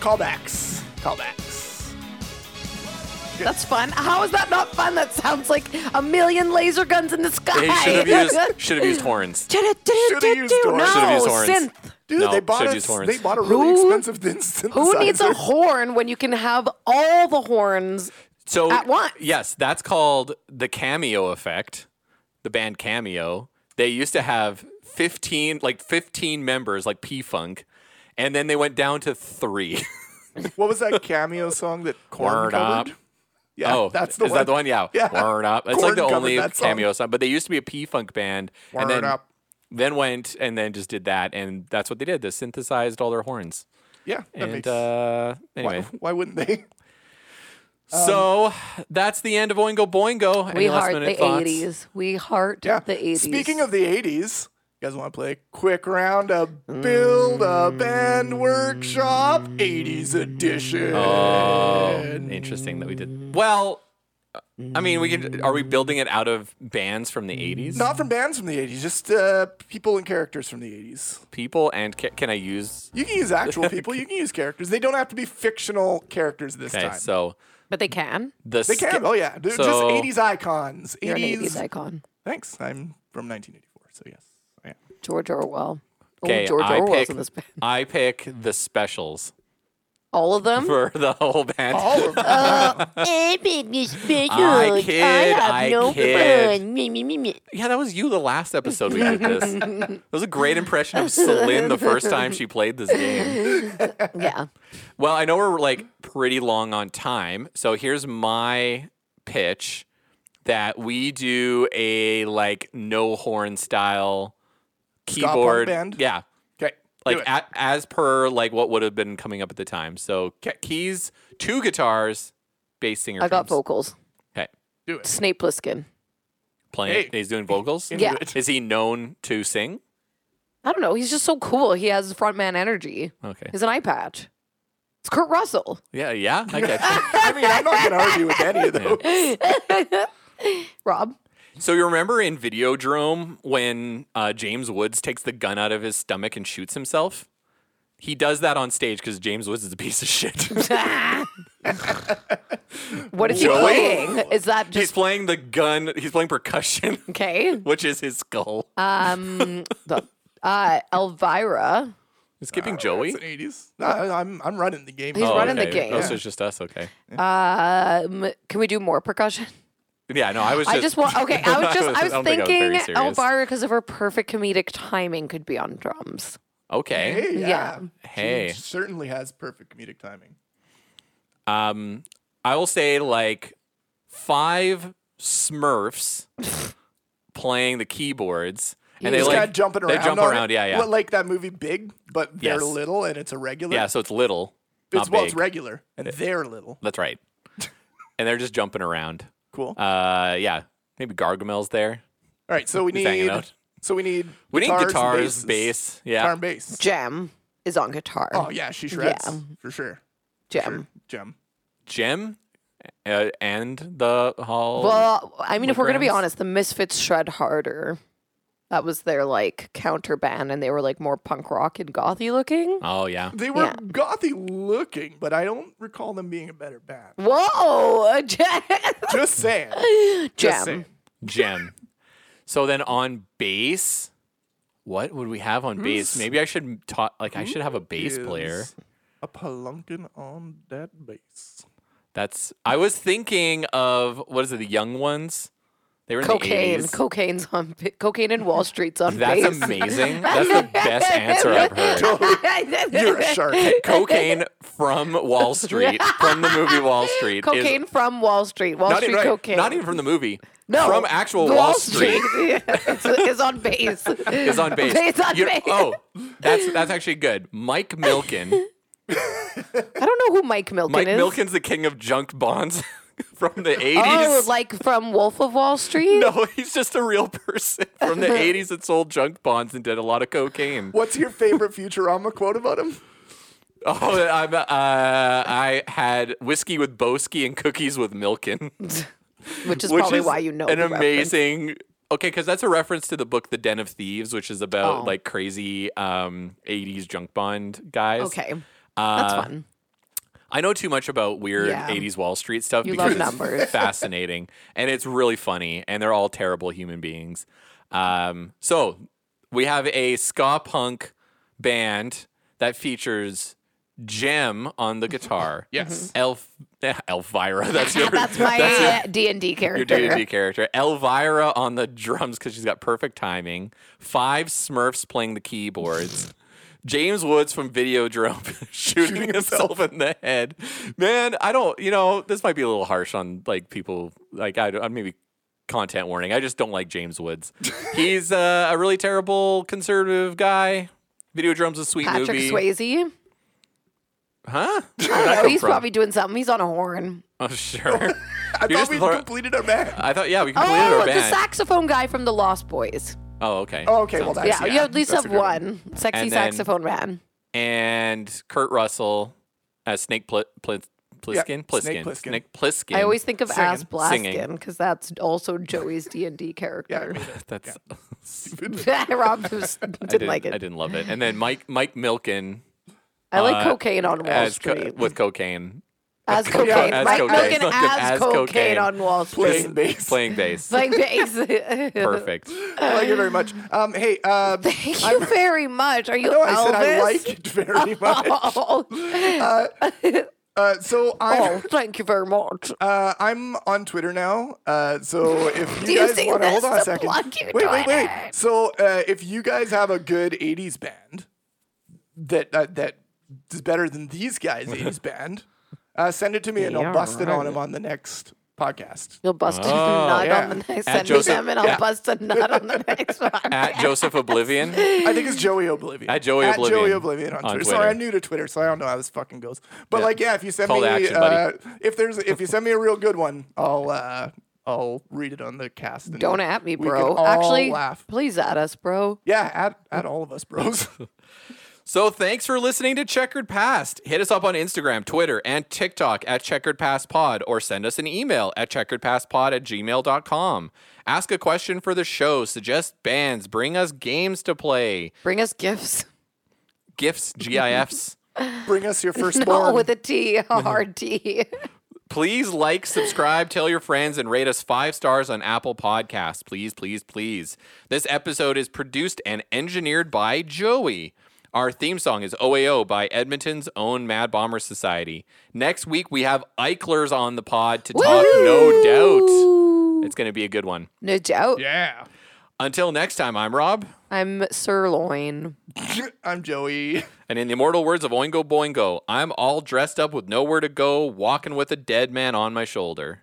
S3: callbacks. Callbacks.
S2: That's fun. How is that not fun? That sounds like a million laser guns in the sky.
S1: They should have used should have used horns.
S3: Should have used
S2: No,
S3: horns.
S1: Should have used horns.
S2: Oh, synth.
S3: Dude,
S1: No,
S3: they bought
S1: should
S3: a,
S1: use horns.
S3: they bought a really
S2: Who-
S3: expensive thin synthesizer.
S2: Who needs a horn when you can have all the horns?
S1: So
S2: At once.
S1: Yes, that's called the cameo effect. The band cameo. They used to have fifteen, like fifteen members, like P Funk, and then they went down to three.
S3: What was that cameo song that Korn
S1: Word up.
S3: covered? Yeah,
S1: oh,
S3: that's the
S1: is
S3: one.
S1: that the one? Yeah.
S3: Yeah.
S1: Word up. It's
S3: Korn
S1: like the
S3: covered
S1: only
S3: that song.
S1: cameo song, but they used to be a P Funk band. and
S3: Word
S1: then,
S3: up.
S1: Then went and then just did that, and that's what they did. They synthesized all their horns.
S3: Yeah, that
S1: and
S3: makes.
S1: uh,
S3: why,
S1: anyway,
S3: why wouldn't they? Um,
S1: so that's the end of Oingo Boingo. Any
S2: we
S1: last
S2: heart
S1: minute
S2: the
S1: thoughts?
S2: 80s. We heart
S3: Yeah.
S2: the 80s.
S3: Speaking of the 80s, you guys want to play a quick round of Build a Band Workshop 80s edition?
S1: Oh. Interesting that we did. Well, I mean, we could. Are we building it out of bands from the '80s?
S3: Not from bands from the 80s, just uh, people and characters from the 80s.
S1: People and ca- can I use?
S3: You can use actual people, you can use characters. They don't have to be fictional characters this
S1: Okay,
S3: time.
S1: so
S2: but they can.
S1: the
S3: they can.
S1: sk-
S3: Oh, yeah. They're
S1: so-
S3: just 80s icons. 80s.
S2: You're an 80s icon.
S3: Thanks. I'm from 1984, so yes. I am.
S2: George Orwell. Oh,
S1: Okay,
S2: George
S1: I
S2: Orwell's
S1: pick.
S2: in this band.
S1: I pick the specials
S2: All of them?
S1: for the whole band.
S3: All of them.
S5: I think this special.
S1: I kid,
S5: have
S1: I
S5: no
S1: kid.
S5: fun. Me, me, me, me.
S1: Yeah, that was you the last episode we did this. That was a great impression of Celine the first time she played this game.
S2: yeah.
S1: Well, I know we're like pretty long on time, so here's my pitch that we do a like no horn style
S3: punk
S1: keyboard
S3: band?
S1: Yeah.
S3: Okay.
S1: Like
S3: do it.
S1: a, as per like what would have been coming up at the time. So ke- keys, two guitars, bass singer.
S2: I got
S1: drums.
S2: vocals.
S1: Okay.
S3: do it.
S2: Snape Plissken.
S1: Playing.
S3: Hey.
S1: He's doing vocals.
S3: Into
S2: Yeah.
S3: it.
S1: Is he known to sing?
S2: I don't know. He's just so cool. He has frontman energy.
S1: Okay.
S2: He's an eye patch. It's Kurt Russell.
S1: Yeah, yeah. I get you.
S3: I mean, I'm not going to argue with any of those.
S2: Rob.
S1: So you remember in Videodrome when uh, James Woods takes the gun out of his stomach and shoots himself? He does that on stage because James Woods is a piece of shit.
S2: What is he
S1: Joey?
S2: playing? Is that
S1: he's
S2: just
S1: playing the gun. He's playing percussion,
S2: okay?
S1: which is his skull.
S2: Um, the, uh, Elvira.
S1: He's skipping Joey.
S3: It's an 80s. No, I- I'm, I'm running the game.
S2: He's
S1: Oh,
S2: running the
S1: okay.
S2: game.
S1: Oh, so it's just us. Okay.
S2: Um, can we do more percussion?
S1: Yeah. No, I was. Just,
S2: I just want. Okay, I was just. I was
S1: don't think I was very
S2: thinking
S1: serious.
S2: Elvira because of her perfect comedic timing could be on drums.
S1: Okay.
S3: Hey,
S2: Yeah.
S3: yeah.
S1: Hey.
S3: She certainly has perfect comedic timing.
S1: Um, I will say like five Smurfs playing the keyboards, and they
S3: Just kinda
S1: like
S3: jumping
S1: They
S3: around.
S1: jump
S3: on it.
S1: around. Yeah, yeah.
S3: Well, like that movie Big, but they're
S1: Yes.
S3: little and it's irregular.
S1: Yeah, so it's little.
S3: it's
S1: Not
S3: well,
S1: big.
S3: it's regular and they're little.
S1: That's right. and they're just jumping around.
S3: Cool.
S1: Uh, yeah, maybe Gargamel's there.
S3: All right, so we
S1: he's hanging
S3: need.
S1: out.
S3: So we need.
S1: We need
S3: guitars,
S1: guitars,
S3: basses.
S1: bass. Yeah,
S3: guitar and bass.
S2: Gem is on guitar.
S3: Oh yeah, she shreds
S2: Yeah.
S3: for sure.
S2: Gem.
S3: Gem.
S1: Jim, uh, and the hall.
S2: Well, I mean, if we're gonna be
S1: Legrand's?
S2: honest, the Misfits shred harder. That was their like counter band, and they were like more punk rock and gothy looking.
S1: oh yeah.
S3: They were
S2: Yeah.
S3: gothy looking, but I don't recall them being a better band.
S2: Whoa, Gem.
S3: Just saying. Just
S2: Gem.
S3: saying.
S1: Jim. So then on bass, what would we have on bass?
S3: Who's-
S1: Maybe I should ta- like I should have a bass player.
S3: Is A palunkin on that bass.
S1: That's I was thinking of what is it? The young ones. They were in
S2: Cocaine,
S1: the 80s.
S2: cocaine's on, cocaine and Wall Street's on.
S1: That's
S2: base.
S1: amazing. That's the best answer I've heard.
S3: You're a shark.
S1: Cocaine from Wall Street, from the movie Wall Street. is-
S2: Cocaine from Wall Street. Wall
S1: not
S2: Street
S1: even, right,
S2: cocaine.
S1: not even from the movie.
S2: no,
S1: From actual
S2: the
S1: Wall, Street.
S2: is, is on base.
S1: is on base.
S2: It's on
S1: You-
S2: base.
S1: Oh, that's that's actually good. Mike Milken.
S2: I don't know who Mike Milken
S1: Mike
S2: is.
S1: Milken's the king of junk bonds from the 80s.
S2: Oh, like from Wolf of Wall Street.
S1: no, he's just a real person from the 80s that sold junk bonds and did a lot of cocaine.
S3: What's your favorite Futurama quote about him?
S1: Oh, I'm, uh, I had whiskey with Boski and cookies with Milken.
S2: which is
S1: which
S2: probably
S1: is
S2: why you know
S1: an
S2: the reference.
S1: amazing okay because that's a reference to the book the den of thieves which is about
S2: Oh.
S1: like crazy um 80s junk bond guys
S2: Okay,
S1: Uh,
S2: that's fun.
S1: i know too much about weird
S2: Yeah.
S1: 80s wall street stuff
S2: You
S1: because
S2: love
S1: it's
S2: numbers.
S1: fascinating and it's really funny and they're all terrible human beings um so we have a ska punk band that features Gem on the guitar.
S3: Yes.
S1: Elf, Elvira. That's your,
S2: That's my uh, D and D
S1: your
S2: character.
S1: D&D character. Elvira on the drums because she's got perfect timing. Five Smurfs playing the keyboards. James Woods from Videodrome shooting, himself in the head. Man, I don't, you know, this might be a little harsh on like people, like I, I maybe content warning. I just don't like James Woods. He's uh, a really terrible conservative guy. Videodrome's a sweet
S2: Patrick
S1: movie.
S2: Swayze.
S1: Huh?
S2: Oh, he's
S1: from?
S2: probably doing something. He's on a horn.
S1: Oh, sure.
S3: I
S1: You're
S3: thought
S1: just
S3: we
S1: thro-
S3: completed our match.
S1: I thought, yeah, we completed
S2: Oh,
S1: our
S2: the
S1: band.
S2: saxophone guy from the Lost Boys.
S1: oh, okay.
S3: Oh, okay, well,
S1: Sounds-
S3: that's-
S2: Yeah, you at least
S3: that's
S2: have
S3: a good one.
S2: one sexy
S1: And then-
S2: saxophone man.
S1: and Kurt Russell as Snake Pl- Pl- Plissken. Plissken.
S3: Snake Plissken.
S1: Snake Plissken.
S2: I always think of Ass
S1: Singing.
S2: Blaskin because that's also Joey's D and D character.
S1: that's stupid.
S2: Rob just didn't
S1: I didn't,
S2: like it.
S1: I didn't love it. And then Mike Mike Milken
S2: I like
S1: uh,
S2: cocaine on Wall
S1: as co-
S2: Street.
S1: with cocaine
S2: as cocaine,
S1: as
S2: Mike
S1: cocaine.
S2: Milken as,
S1: As cocaine.
S2: cocaine on Wall Street.
S3: Playing bass.
S1: playing bass.
S2: Like base.
S1: Perfect.
S3: I like it very much. Um, hey, uh,
S2: Thank you very much. Are you
S3: no,
S2: Elvis?
S3: I said I like it very much.
S2: oh,
S3: Uh, so
S2: oh,
S3: I'm
S2: thank you very much.
S3: uh, I'm on Twitter now. Uh, so if
S2: Do
S3: you
S2: you
S3: guys
S2: see
S3: want to hold
S2: this?
S3: on a
S2: The
S3: second,
S2: plug you
S3: wait, wait, wait.
S2: Twitter.
S3: So uh, if you guys have a good '80s band that uh, that is better than these guys' '80s band, uh, send it to me and I'll
S2: Yeah,
S3: bust it on
S2: right.
S3: him on the next podcast.
S2: You'll bust a
S1: Oh,
S2: nut
S3: yeah.
S2: on the next.
S1: At
S2: Send me
S1: Joseph-
S2: them, and I'll
S1: yeah.
S2: bust a nut on the next one.
S1: At Joseph Oblivion.
S3: I think it's Joey Oblivion.
S1: At Joey Oblivion
S3: Joey Oblivion on,
S1: on
S3: Twitter.
S1: Twitter.
S3: Sorry, I'm new to Twitter, so I don't know how this fucking goes. But
S1: Yeah.
S3: like, yeah, if you send
S1: Call to
S3: me,
S1: action,
S3: uh,
S1: buddy.
S3: if there's, if you send me a real good one, I'll, uh, I'll read it on the cast. and
S2: Don't at me,
S3: we can
S2: bro.
S3: all
S2: Actually,
S3: laugh.
S2: please at us, bro.
S3: Yeah, at, at all of us, bros.
S1: So thanks for listening to Checkered Past. Hit us up on Instagram, Twitter, and TikTok at Checkered Past Pod or send us an email at checkeredpastpod at gmail.com. Ask a question for the show, suggest bands, bring us games to play,
S2: Bring us gifts.
S1: gifts, GIFs.
S3: Bring us your firstborn.
S2: No, with a T, a hard T.
S1: Please like, subscribe, tell your friends, and rate us five stars on Apple Podcasts. Please, please, please. This episode is produced and engineered by Joey. Our theme song is OAO by Edmonton's own Mad Bomber Society. Next week, we have Eichlers on the pod to talk, no doubt.
S2: Woo!
S1: It's going to be a good one.
S2: No doubt.
S3: yeah.
S1: Until next time, I'm Rob.
S2: I'm sirloin.
S3: I'm Joey.
S1: And in the immortal words of Oingo Boingo, I'm all dressed up with nowhere to go, walking with a dead man on my shoulder.